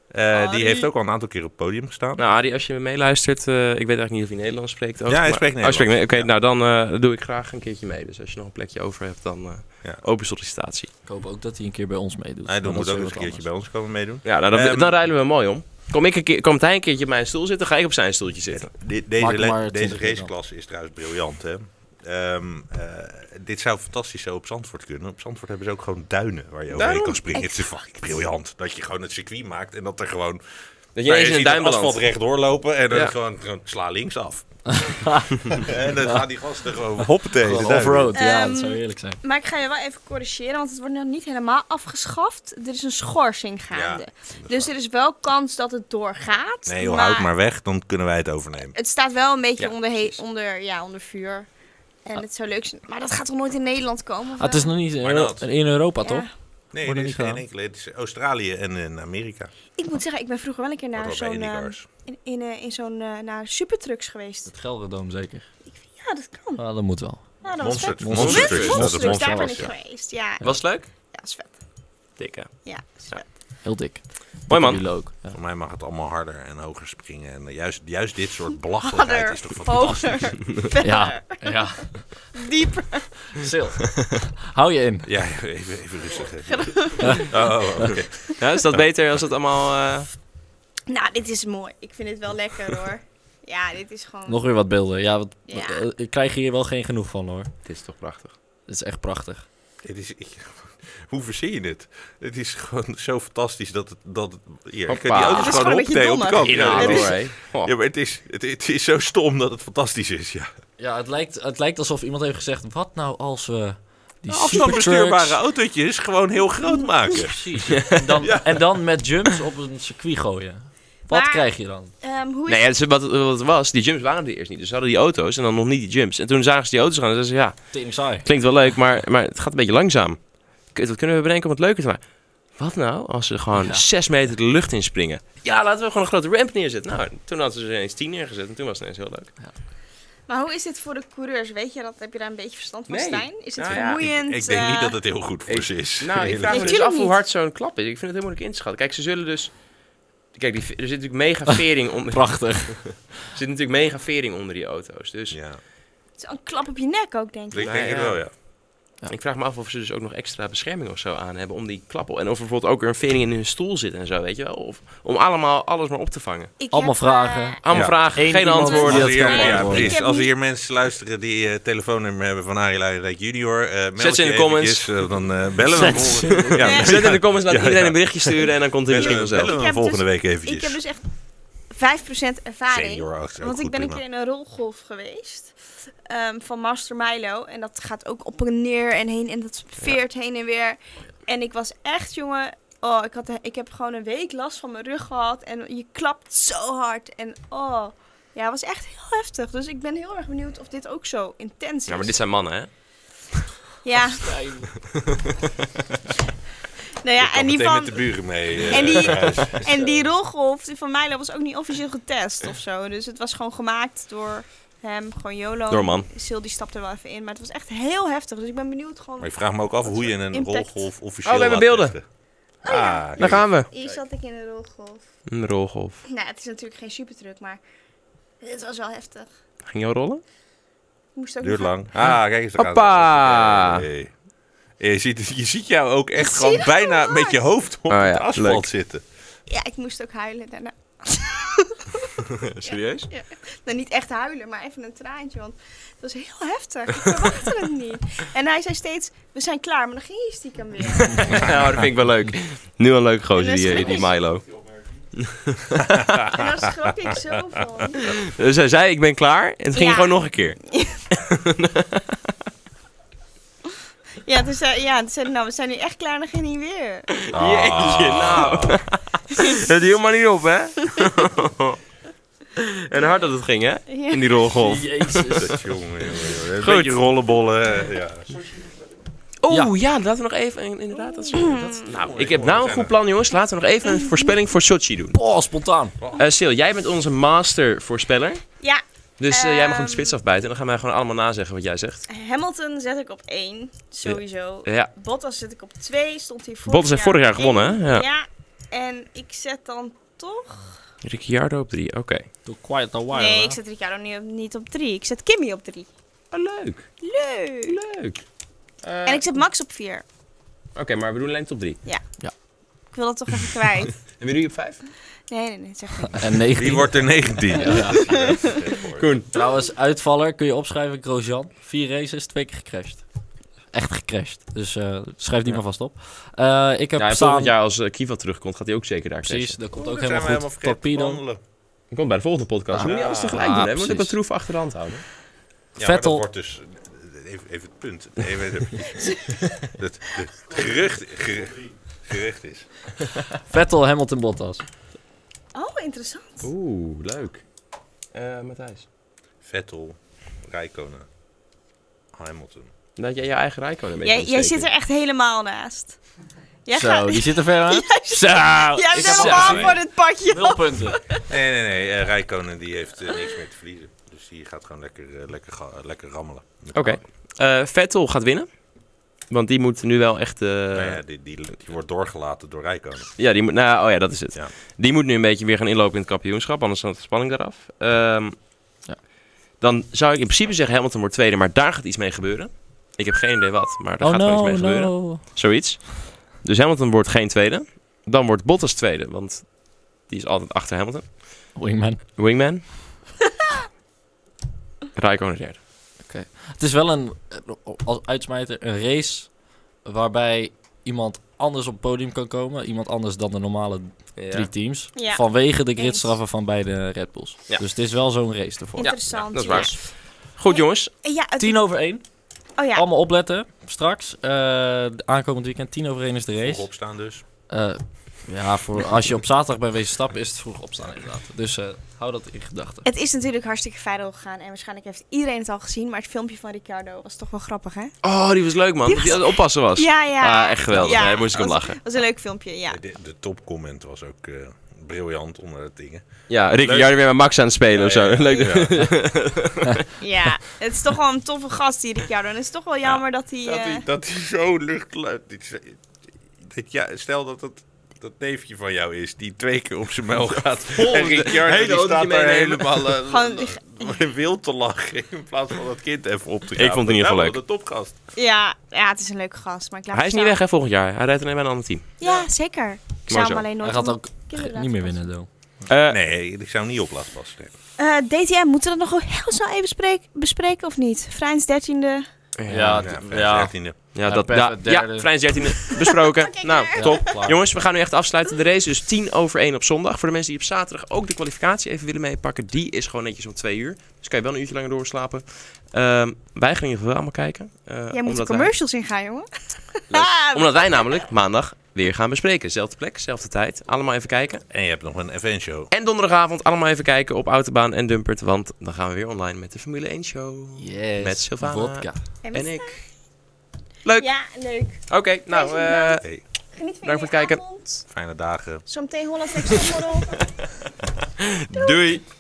Speaker 4: Eh, die
Speaker 3: Arie.
Speaker 4: heeft ook al een aantal keer op het podium gestaan.
Speaker 1: Nou, Arie, als je meeluistert, eh, ik weet eigenlijk niet of hij Nederlands spreekt. Ook,
Speaker 4: Ja, hij
Speaker 1: maar-
Speaker 4: spreekt
Speaker 1: Oh, hij
Speaker 4: Nederlands.
Speaker 1: Oké, nou dan eh, doe ik graag een keertje mee. Dus als je nog een plekje over hebt, dan eh,
Speaker 4: Ja.
Speaker 1: open sollicitatie.
Speaker 2: Ik hoop ook dat hij een keer bij ons meedoet.
Speaker 4: Hij
Speaker 2: Maar dat
Speaker 4: moet ook
Speaker 2: is
Speaker 4: eens een
Speaker 2: weer wat
Speaker 4: keertje bij ons komen meedoen.
Speaker 1: Ja, nou, dan,
Speaker 4: Ehm,
Speaker 1: dan rijden we mooi om. Kom, ik een keer, komt hij een keertje op mijn stoel zitten, ga ik op zijn stoeltje zitten.
Speaker 4: De-
Speaker 2: Maak
Speaker 4: deze
Speaker 2: er
Speaker 4: le-
Speaker 2: maar
Speaker 4: deze
Speaker 2: 20 minuten
Speaker 4: raceklasse is trouwens briljant, hè? Ehm, eh, dit zou fantastisch zo op Zandvoort kunnen. Op Zandvoort hebben ze ook gewoon duinen waar je overheen
Speaker 1: Daarom.
Speaker 4: kan springen. Het is fucking briljant dat je gewoon het circuit maakt en dat er gewoon...
Speaker 1: Dat je eens
Speaker 4: Nou,
Speaker 1: in een
Speaker 4: ziet het
Speaker 1: duim
Speaker 4: asfalt
Speaker 1: belandt.
Speaker 4: recht doorlopen en dan
Speaker 1: Ja.
Speaker 4: gewoon, gewoon sla links af. en dan gaan die gasten gewoon hoppatee. de
Speaker 2: Gewoon
Speaker 4: duinen.
Speaker 2: Off-road, ja, dat
Speaker 3: Ehm,
Speaker 2: zou heerlijk zijn.
Speaker 3: Maar ik ga je wel even corrigeren, want het wordt nog niet helemaal afgeschaft. Er is een schorsing gaande. dus er is wel kans dat het doorgaat.
Speaker 4: Nee joh, houd maar weg, dan kunnen wij het overnemen.
Speaker 3: Het staat wel een beetje
Speaker 1: Ja,
Speaker 3: onder, he-
Speaker 1: precies.
Speaker 3: onder, ja, onder vuur. En het zou leuk zijn. Maar dat gaat toch nooit in Nederland komen? of
Speaker 2: Ah, het
Speaker 3: wel?
Speaker 2: is nog niet in,
Speaker 4: Why not?
Speaker 2: in Europa,
Speaker 3: Ja.
Speaker 2: toch?
Speaker 4: Nee,
Speaker 2: Wordt er
Speaker 4: dit
Speaker 2: niet
Speaker 4: is geen
Speaker 2: gedaan.
Speaker 4: enkele. Het is Australië en in Amerika.
Speaker 3: Ik moet zeggen, ik ben vroeger wel een keer naar
Speaker 4: Wordt wel bij
Speaker 3: zo'n eh,
Speaker 1: ehm,
Speaker 4: IndyCars.
Speaker 3: in, in, eh, in zo'n eh, naar supertrucks geweest.
Speaker 2: Het Gelderdoom zeker.
Speaker 3: Ja, dat kan.
Speaker 2: Ah, dat moet wel.
Speaker 3: Ja, dat was
Speaker 4: Monster,
Speaker 3: vet.
Speaker 4: Monster,
Speaker 2: Monster
Speaker 4: Trucks,
Speaker 2: Trucks,
Speaker 4: dat
Speaker 3: Monster
Speaker 4: is
Speaker 3: Trucks, daar ben ik
Speaker 4: Monster Trucks,
Speaker 3: geweest. Ja, ja,
Speaker 1: Was het leuk?
Speaker 3: dat is vet.
Speaker 1: Dikke.
Speaker 3: Ja, dat is vet.
Speaker 2: Heel dik.
Speaker 1: Mooi man.
Speaker 2: Jullie ook. Ja.
Speaker 4: ja. Voor mij mag het allemaal harder en hoger springen. En eh, juist, juist dit soort belachelijkheid is toch fantastisch.
Speaker 3: hoger, verder,
Speaker 2: Ja, ja.
Speaker 3: dieper.
Speaker 2: Sil. Hou je in.
Speaker 4: Ja, even, even rustig. Even. rustig. Oh, oh, oké.
Speaker 1: Ja, is dat beter als het allemaal... eh,
Speaker 3: Nou, dit is mooi. Ik vind het wel lekker hoor. Ja, dit is gewoon...
Speaker 2: Nog weer wat beelden. Ja, wat,
Speaker 3: Ja.
Speaker 2: eh, ik krijg hier wel geen genoeg van hoor.
Speaker 1: Het is toch prachtig.
Speaker 2: Het is echt prachtig.
Speaker 4: Dit is, ik- hoe verzin je het? Het is gewoon zo fantastisch dat het... Dat het hier, ik heb
Speaker 1: Hoppa.
Speaker 4: die
Speaker 1: Het
Speaker 4: auto's
Speaker 3: is
Speaker 4: gewoon
Speaker 3: gewoon een beetje
Speaker 4: hoppatee op de
Speaker 3: dommer.
Speaker 4: kant.
Speaker 1: In
Speaker 4: Ja,
Speaker 1: hoor,
Speaker 4: het is-
Speaker 1: hè. Oh.
Speaker 4: ja, maar het is, het, het is zo stom dat het fantastisch is, ja.
Speaker 2: Ja, het lijkt, het lijkt alsof iemand heeft gezegd: wat nou als we die
Speaker 1: Nou,
Speaker 4: Afstandsbestuurbare
Speaker 2: supertrucks...
Speaker 4: autootjes gewoon heel groot maken.
Speaker 2: Precies. En dan, en dan met jumps op een circuit gooien. Wat
Speaker 3: Maar-
Speaker 2: krijg je dan?
Speaker 3: Ehm, hoe is
Speaker 1: Nee, ja, ze- wat, wat het was, die jumps waren er eerst niet. Dus ze hadden die auto's en dan nog niet die jumps. En toen zagen ze die auto's gaan en zeiden ze, ja,
Speaker 2: Tering saai.
Speaker 1: klinkt wel leuk, maar, maar het gaat een beetje langzaam. Kut, wat kunnen we bedenken om het leuker te maken? Wat nou als ze gewoon
Speaker 2: Ja.
Speaker 1: zes meter de lucht inspringen? Ja, laten we gewoon een grote ramp neerzetten. Nou, toen hadden ze er ineens tien neergezet en toen was het ineens heel leuk.
Speaker 3: Maar hoe is dit voor de coureurs? Weet je dat? Heb je daar een beetje verstand van,
Speaker 1: Nee.
Speaker 3: Stijn? Is het
Speaker 1: Nou ja, ik-
Speaker 3: vermoeiend?
Speaker 4: Ik, ik denk
Speaker 3: eh,
Speaker 4: niet dat het heel goed voor ze is.
Speaker 1: Nou, ik
Speaker 4: Eerlijk
Speaker 1: vraag me dus
Speaker 3: Tuurlijk
Speaker 1: af hoe
Speaker 3: niet.
Speaker 1: hard zo'n klap is. Ik vind het heel moeilijk in te schatten. Kijk, ze zullen dus... Kijk, die, er zit natuurlijk mega vering onder... er
Speaker 2: Prachtig.
Speaker 1: zit natuurlijk mega vering onder die auto's. Dus
Speaker 4: Ja,
Speaker 3: Het is een klap op je nek ook, denk ik.
Speaker 4: ik
Speaker 1: Nou,
Speaker 4: denk het
Speaker 1: ja.
Speaker 4: wel, ja.
Speaker 1: Ja. Ik vraag me af of ze dus ook nog extra bescherming of zo aan hebben om die klappen. En of er bijvoorbeeld ook weer een vering in hun stoel zit en zo, weet je wel. Of om allemaal alles maar op te vangen.
Speaker 3: Ik
Speaker 2: Allemaal
Speaker 3: heb,
Speaker 2: vragen.
Speaker 3: eh,
Speaker 1: Allemaal
Speaker 4: Ja.
Speaker 1: vragen,
Speaker 2: Eén
Speaker 1: geen
Speaker 2: iemand
Speaker 1: antwoorden.
Speaker 2: die
Speaker 4: Als
Speaker 2: dat
Speaker 4: hier,
Speaker 2: kan
Speaker 4: ja,
Speaker 2: beantwoorden.
Speaker 4: precies.
Speaker 3: Ik heb
Speaker 4: Als
Speaker 3: niet-
Speaker 4: hier mensen luisteren die eh, telefoonnummer hebben van Arie Luijendijk junior, eh, meld
Speaker 1: Zet ze in
Speaker 4: je
Speaker 1: de comments.
Speaker 4: eventjes, eh, dan eh, bellen we hem
Speaker 2: Zet ze-
Speaker 4: volgende- Ja,
Speaker 3: Ja.
Speaker 1: Zet in de comments, laat
Speaker 4: Ja,
Speaker 1: iedereen
Speaker 4: ja.
Speaker 1: een berichtje sturen en dan komt hij
Speaker 4: Bellen
Speaker 1: misschien vanzelf.
Speaker 4: we- bellen we
Speaker 3: Ik heb
Speaker 4: hem volgende
Speaker 3: dus-
Speaker 4: week
Speaker 3: Ik
Speaker 4: eventjes.
Speaker 3: heb dus echt 5% ervaring.
Speaker 4: Senior achter, ook
Speaker 3: Want ik
Speaker 4: goed,
Speaker 3: ben een
Speaker 4: prima.
Speaker 3: keer in een rolgolf geweest ehm, van Master Milo. En dat gaat ook op en neer en heen en dat veert heen en weer. En ik was echt, jongen... Oh, ik, had, ik heb gewoon een week last van mijn rug gehad. En je klapt zo hard. En oh... Ja, het was echt heel heftig. Dus ik ben heel erg benieuwd of dit ook zo intens is.
Speaker 1: Ja, maar dit zijn mannen, hè?
Speaker 3: Ja, nou
Speaker 4: Ik
Speaker 3: ja,
Speaker 4: kan
Speaker 3: en die
Speaker 4: meteen
Speaker 3: van...
Speaker 4: met de buren mee. eh,
Speaker 3: En die-
Speaker 4: thuis.
Speaker 3: En die rolgolf die van Milo was ook niet officieel getest of zo. Dus het was gewoon gemaakt door hem, gewoon YOLO.
Speaker 1: Door man.
Speaker 3: Sil die stapte er wel even in, maar het was echt heel heftig. Dus ik ben benieuwd gewoon...
Speaker 4: Maar ik vraag me ook af hoe je een
Speaker 3: Impact. Oh,
Speaker 4: rolgolf officieel
Speaker 1: Oh, we hebben
Speaker 4: laat
Speaker 1: beelden.
Speaker 4: testen. Ah, kijk.
Speaker 1: we.
Speaker 3: Hier zat ik in de rolgolf.
Speaker 1: Een rolgolf.
Speaker 3: Nou, het is natuurlijk geen supertruc, maar het was wel heftig.
Speaker 1: Ging jou rollen?
Speaker 3: Ik moest ook
Speaker 4: Duurt
Speaker 3: nog-
Speaker 4: lang. Ah, kijk eens. daar gaan ze.
Speaker 1: Hoppa.
Speaker 4: Hey. Je ziet, je ziet jou ook echt
Speaker 3: Ik zie
Speaker 4: gewoon
Speaker 3: dat
Speaker 4: bijna
Speaker 3: gewoon.
Speaker 4: met je hoofd op
Speaker 1: Oh ja,
Speaker 4: het asfalt
Speaker 1: leuk.
Speaker 4: zitten.
Speaker 3: Ja, ik moest ook huilen daarna.
Speaker 1: Serieus?
Speaker 3: Nou, niet echt huilen, maar even een traantje, want het was heel heftig. Ik verwachtte het niet. En hij zei steeds, we zijn klaar, maar dan ging hij stiekem weer.
Speaker 1: Nou, dat vind ik wel leuk. Nu een leuk gozer,
Speaker 3: En dat
Speaker 1: die,
Speaker 3: is
Speaker 1: eh, die
Speaker 3: gelijk.
Speaker 1: Milo.
Speaker 3: En daar schrok ik zo van.
Speaker 1: Dus hij zei, ik ben klaar. En het ging
Speaker 3: Ja.
Speaker 1: gewoon nog een keer.
Speaker 3: Ja, toen zei, ja, toen zei hij, nou, we zijn nu echt klaar, dan ging hij weer.
Speaker 4: Ah.
Speaker 1: Jeetje, nou. Het hield maar niet op, hè? en hard dat het ging, hè?
Speaker 3: Ja.
Speaker 1: In die rolgolf.
Speaker 2: Jezus.
Speaker 4: Dat jongen, jongen, jongen. Een
Speaker 1: Goed.
Speaker 4: beetje rollenbollen. eh, Ja.
Speaker 1: Oh
Speaker 2: Ja.
Speaker 1: ja. laten we nog even. in- Inderdaad, dat is. Dat, nou, ik heb
Speaker 4: mooi,
Speaker 1: nou een
Speaker 4: zijn
Speaker 1: goed plan, jongens. Laten we nog even een voorspelling voor Sochi doen.
Speaker 2: Oh, spontaan.
Speaker 1: Eh Sil, jij bent onze master voorspeller.
Speaker 3: Ja,
Speaker 1: Dus eh, jij mag
Speaker 3: Ehm.
Speaker 1: hem de spits afbijten. En dan gaan wij gewoon allemaal nazeggen wat jij zegt. Eh,
Speaker 3: Hamilton zet ik op 1, sowieso.
Speaker 1: Ja.
Speaker 3: Bottas zet ik op 2, stond hier vorig
Speaker 1: Bottas heeft vorig jaar
Speaker 3: op
Speaker 1: gewonnen, hè? Ja.
Speaker 3: één. Ja, en ik zet dan toch...
Speaker 1: Ricciardo op drie. Oké.
Speaker 2: Doe quiet the wire.
Speaker 3: nee,
Speaker 2: hè?
Speaker 3: ik zet Ricciardo niet op, niet op 3, ik zet Kimmy op 3.
Speaker 1: Oh, leuk.
Speaker 3: Leuk!
Speaker 1: Leuk. Eh,
Speaker 3: En ik zet Max op 4.
Speaker 1: Oké, maar we doen alleen top drie.
Speaker 3: Ik wil dat toch even kwijt.
Speaker 1: En wie doe je op vijf?
Speaker 3: Nee, nee, nee, zeg niet.
Speaker 2: En 19.
Speaker 4: Wie wordt er 19?
Speaker 2: Ja.
Speaker 1: Koen.
Speaker 2: Trouwens, uitvaller kun je opschrijven, Grosjean. Vier races, twee keer gecrashed. Echt gecrashed. Dus eh, schrijf die
Speaker 1: Ja.
Speaker 2: maar vast op. Eh, ik heb
Speaker 1: Ja, en
Speaker 2: staan...
Speaker 1: volgend jaar als eh, Kiva terugkomt, gaat hij ook zeker daar
Speaker 2: Precies,
Speaker 1: crashen.
Speaker 2: dat komt ook helemaal goed. Torpedo.
Speaker 1: Dan komt bij de volgende podcast.
Speaker 2: Ah.
Speaker 1: We moeten niet alles tegelijk
Speaker 2: Ah,
Speaker 1: doen. hè. We moeten ook een
Speaker 2: precies.
Speaker 1: troef achter de hand houden.
Speaker 4: Ja, maar dat
Speaker 2: Vettel.
Speaker 4: wordt dus... Even, even het punt. Even, even- het, het gerucht, gerucht, gerucht is.
Speaker 2: Vettel, Hamilton, Bottas.
Speaker 3: Oh, interessant.
Speaker 1: Oeh, leuk. Eh Matthijs.
Speaker 4: Vettel, Rijkonen, Hamilton.
Speaker 1: Dat jij je eigen Rijkoon een beetje
Speaker 3: Jij, jij zit er echt helemaal naast. Jij
Speaker 2: Zo,
Speaker 3: gaat...
Speaker 2: die zit er ver uit. Zo!
Speaker 3: Jij
Speaker 2: Ik
Speaker 3: bent
Speaker 2: heb
Speaker 3: helemaal
Speaker 2: gezegd,
Speaker 3: voor dit pakje.
Speaker 2: Nul punten.
Speaker 4: Nee, nee, nee. eh, Rijkonen die heeft eh, niks meer te verliezen. Dus die gaat gewoon lekker, eh, lekker, ga- eh, lekker rammelen. Met-
Speaker 1: Oké. Eh, Vettel gaat winnen. Want die moet nu wel echt... eh,
Speaker 4: Nou ja,
Speaker 1: ja.
Speaker 4: die, die, die wordt doorgelaten door Rijkonen.
Speaker 1: die moet... Nou, oh ja, dat is het.
Speaker 4: Ja.
Speaker 1: Die moet nu een beetje weer gaan inlopen in het kampioenschap. Anders gaat de spanning eraf. Ehm,
Speaker 2: Ja.
Speaker 1: Dan zou ik in principe zeggen Hamilton wordt tweede. Maar daar gaat iets mee gebeuren. Ik heb geen idee wat. Maar daar
Speaker 2: Oh
Speaker 1: gaat wel iets
Speaker 2: no,
Speaker 1: mee gebeuren.
Speaker 2: no.
Speaker 1: Zoiets. Dus Hamilton wordt geen tweede. Dan wordt Bottas tweede. Want die is altijd achter Hamilton.
Speaker 2: Wingman.
Speaker 1: Wingman. Rijkoon is derde.
Speaker 2: Het is wel een, eh, als uitsmijter, een race waarbij iemand anders op het podium kan komen. Iemand anders dan de normale drie teams.
Speaker 3: Ja.
Speaker 2: Vanwege de
Speaker 3: Eens.
Speaker 2: gridstraffen van beide Red Bulls.
Speaker 1: Ja.
Speaker 2: Dus het is wel zo'n race ervoor.
Speaker 3: Interessant.
Speaker 1: ja, dat is
Speaker 3: ja.
Speaker 1: waar. Goed jongens.
Speaker 3: Ja, het-
Speaker 2: 10 over 1.
Speaker 3: oh ja.
Speaker 2: Allemaal opletten. Straks, eh aankomend weekend, 10 over 1 is de race.
Speaker 4: Voorop staan dus.
Speaker 2: Eh, ja, voor, als je op zaterdag bij wezen stappen is het vroeg opstaan inderdaad. Dus eh, hou dat in gedachten.
Speaker 3: Het is natuurlijk hartstikke viral gegaan en waarschijnlijk heeft iedereen het al gezien, maar het filmpje van Ricardo was toch wel grappig, hè?
Speaker 1: Oh, die was leuk man.
Speaker 3: Die
Speaker 1: Dat hij aan het oppassen was.
Speaker 3: Ja, ja.
Speaker 1: Ah, echt geweldig.
Speaker 3: Ja,
Speaker 1: Daar moest ik om
Speaker 3: was-
Speaker 1: lachen.
Speaker 3: was een leuk filmpje, ja.
Speaker 4: De, de topcomment was ook eh, briljant onder het dingen.
Speaker 1: Ja, Rick,
Speaker 4: Leuk.
Speaker 1: jij bent weer met Max aan het spelen
Speaker 4: Ja,
Speaker 1: of zo.
Speaker 4: ja, ja.
Speaker 1: Leuk.
Speaker 4: Ja.
Speaker 3: Ja, het is toch wel een toffe gast, die Ricciardo. En het is toch wel jammer dat hij...
Speaker 4: Dat
Speaker 3: eh,
Speaker 4: hij, dat hij zo luchtluid. Dat, ja, stel dat het dat neefje van jou is die twee keer op zijn muil gaat. en Ricciardo
Speaker 1: hele
Speaker 4: die
Speaker 1: autootje
Speaker 4: staat daar
Speaker 1: meenemen.
Speaker 4: helemaal eh,
Speaker 3: Gewoon-
Speaker 4: eh, wild te lachen in plaats van dat kind even op te gaan.
Speaker 1: Ik vond het in ieder geval leuk.
Speaker 4: De topgast.
Speaker 3: ja, ja, het is een leuke gast, maar ik laat
Speaker 1: Hij is
Speaker 3: hem
Speaker 1: niet weg
Speaker 3: staan.
Speaker 1: hè, volgend jaar. Hij rijdt alleen bij een ander team.
Speaker 3: Ja, zeker. Ik zou
Speaker 1: zo.
Speaker 3: hem alleen nooit...
Speaker 2: Hij gaat
Speaker 3: om-
Speaker 2: ook
Speaker 3: kinderen
Speaker 2: niet meer
Speaker 3: laten
Speaker 2: winnen, though.
Speaker 1: Eh,
Speaker 4: Nee, ik zou hem niet op laten passen. nee.
Speaker 3: Eh, DTM, moeten we dat nog heel snel even spreek- bespreken of niet? Vrijns 13e.
Speaker 1: Ja,
Speaker 2: d-
Speaker 4: ja,
Speaker 2: ja.
Speaker 4: 13e.
Speaker 1: ja,
Speaker 2: Ja,
Speaker 1: dat,
Speaker 2: Pep,
Speaker 1: ja,
Speaker 2: derde.
Speaker 1: ja Vrijns 13 besproken.
Speaker 3: Kijk
Speaker 1: nou,
Speaker 3: daar.
Speaker 1: top.
Speaker 2: Ja, klaar.
Speaker 1: Jongens, we gaan nu echt afsluiten. De race is 10 over 1 op zondag. Voor de mensen die op zaterdag ook de kwalificatie even willen meepakken, die is gewoon netjes om 2 uur. Dus kan je wel een uurtje langer doorslapen. Ehm, wij gaan in ieder geval allemaal kijken. eh,
Speaker 3: Jij moet de
Speaker 1: omdat
Speaker 3: commercials ingaan, jongen.
Speaker 1: Leuk.
Speaker 3: Ah,
Speaker 1: wij, omdat wij namelijk maandag weer gaan bespreken. Zelfde plek, zelfde tijd. Allemaal even kijken.
Speaker 4: En je hebt nog een eventshow.
Speaker 1: En donderdagavond allemaal even kijken op Autobaan en Dumpert. Want dan gaan we weer online met de Formule 1 show.
Speaker 2: Yes.
Speaker 1: Met Sylvana.
Speaker 2: Vodka.
Speaker 3: en
Speaker 1: En
Speaker 3: we-
Speaker 1: ik. Leuk.
Speaker 3: Ja, leuk.
Speaker 1: Oké, nou, eh,
Speaker 4: Hey,
Speaker 3: Geniet van
Speaker 1: Bedankt voor het
Speaker 3: jullie
Speaker 1: kijken.
Speaker 3: avond.
Speaker 4: fijne dagen.
Speaker 3: Zometeen Holland Next Topmodel.
Speaker 1: eh, doei.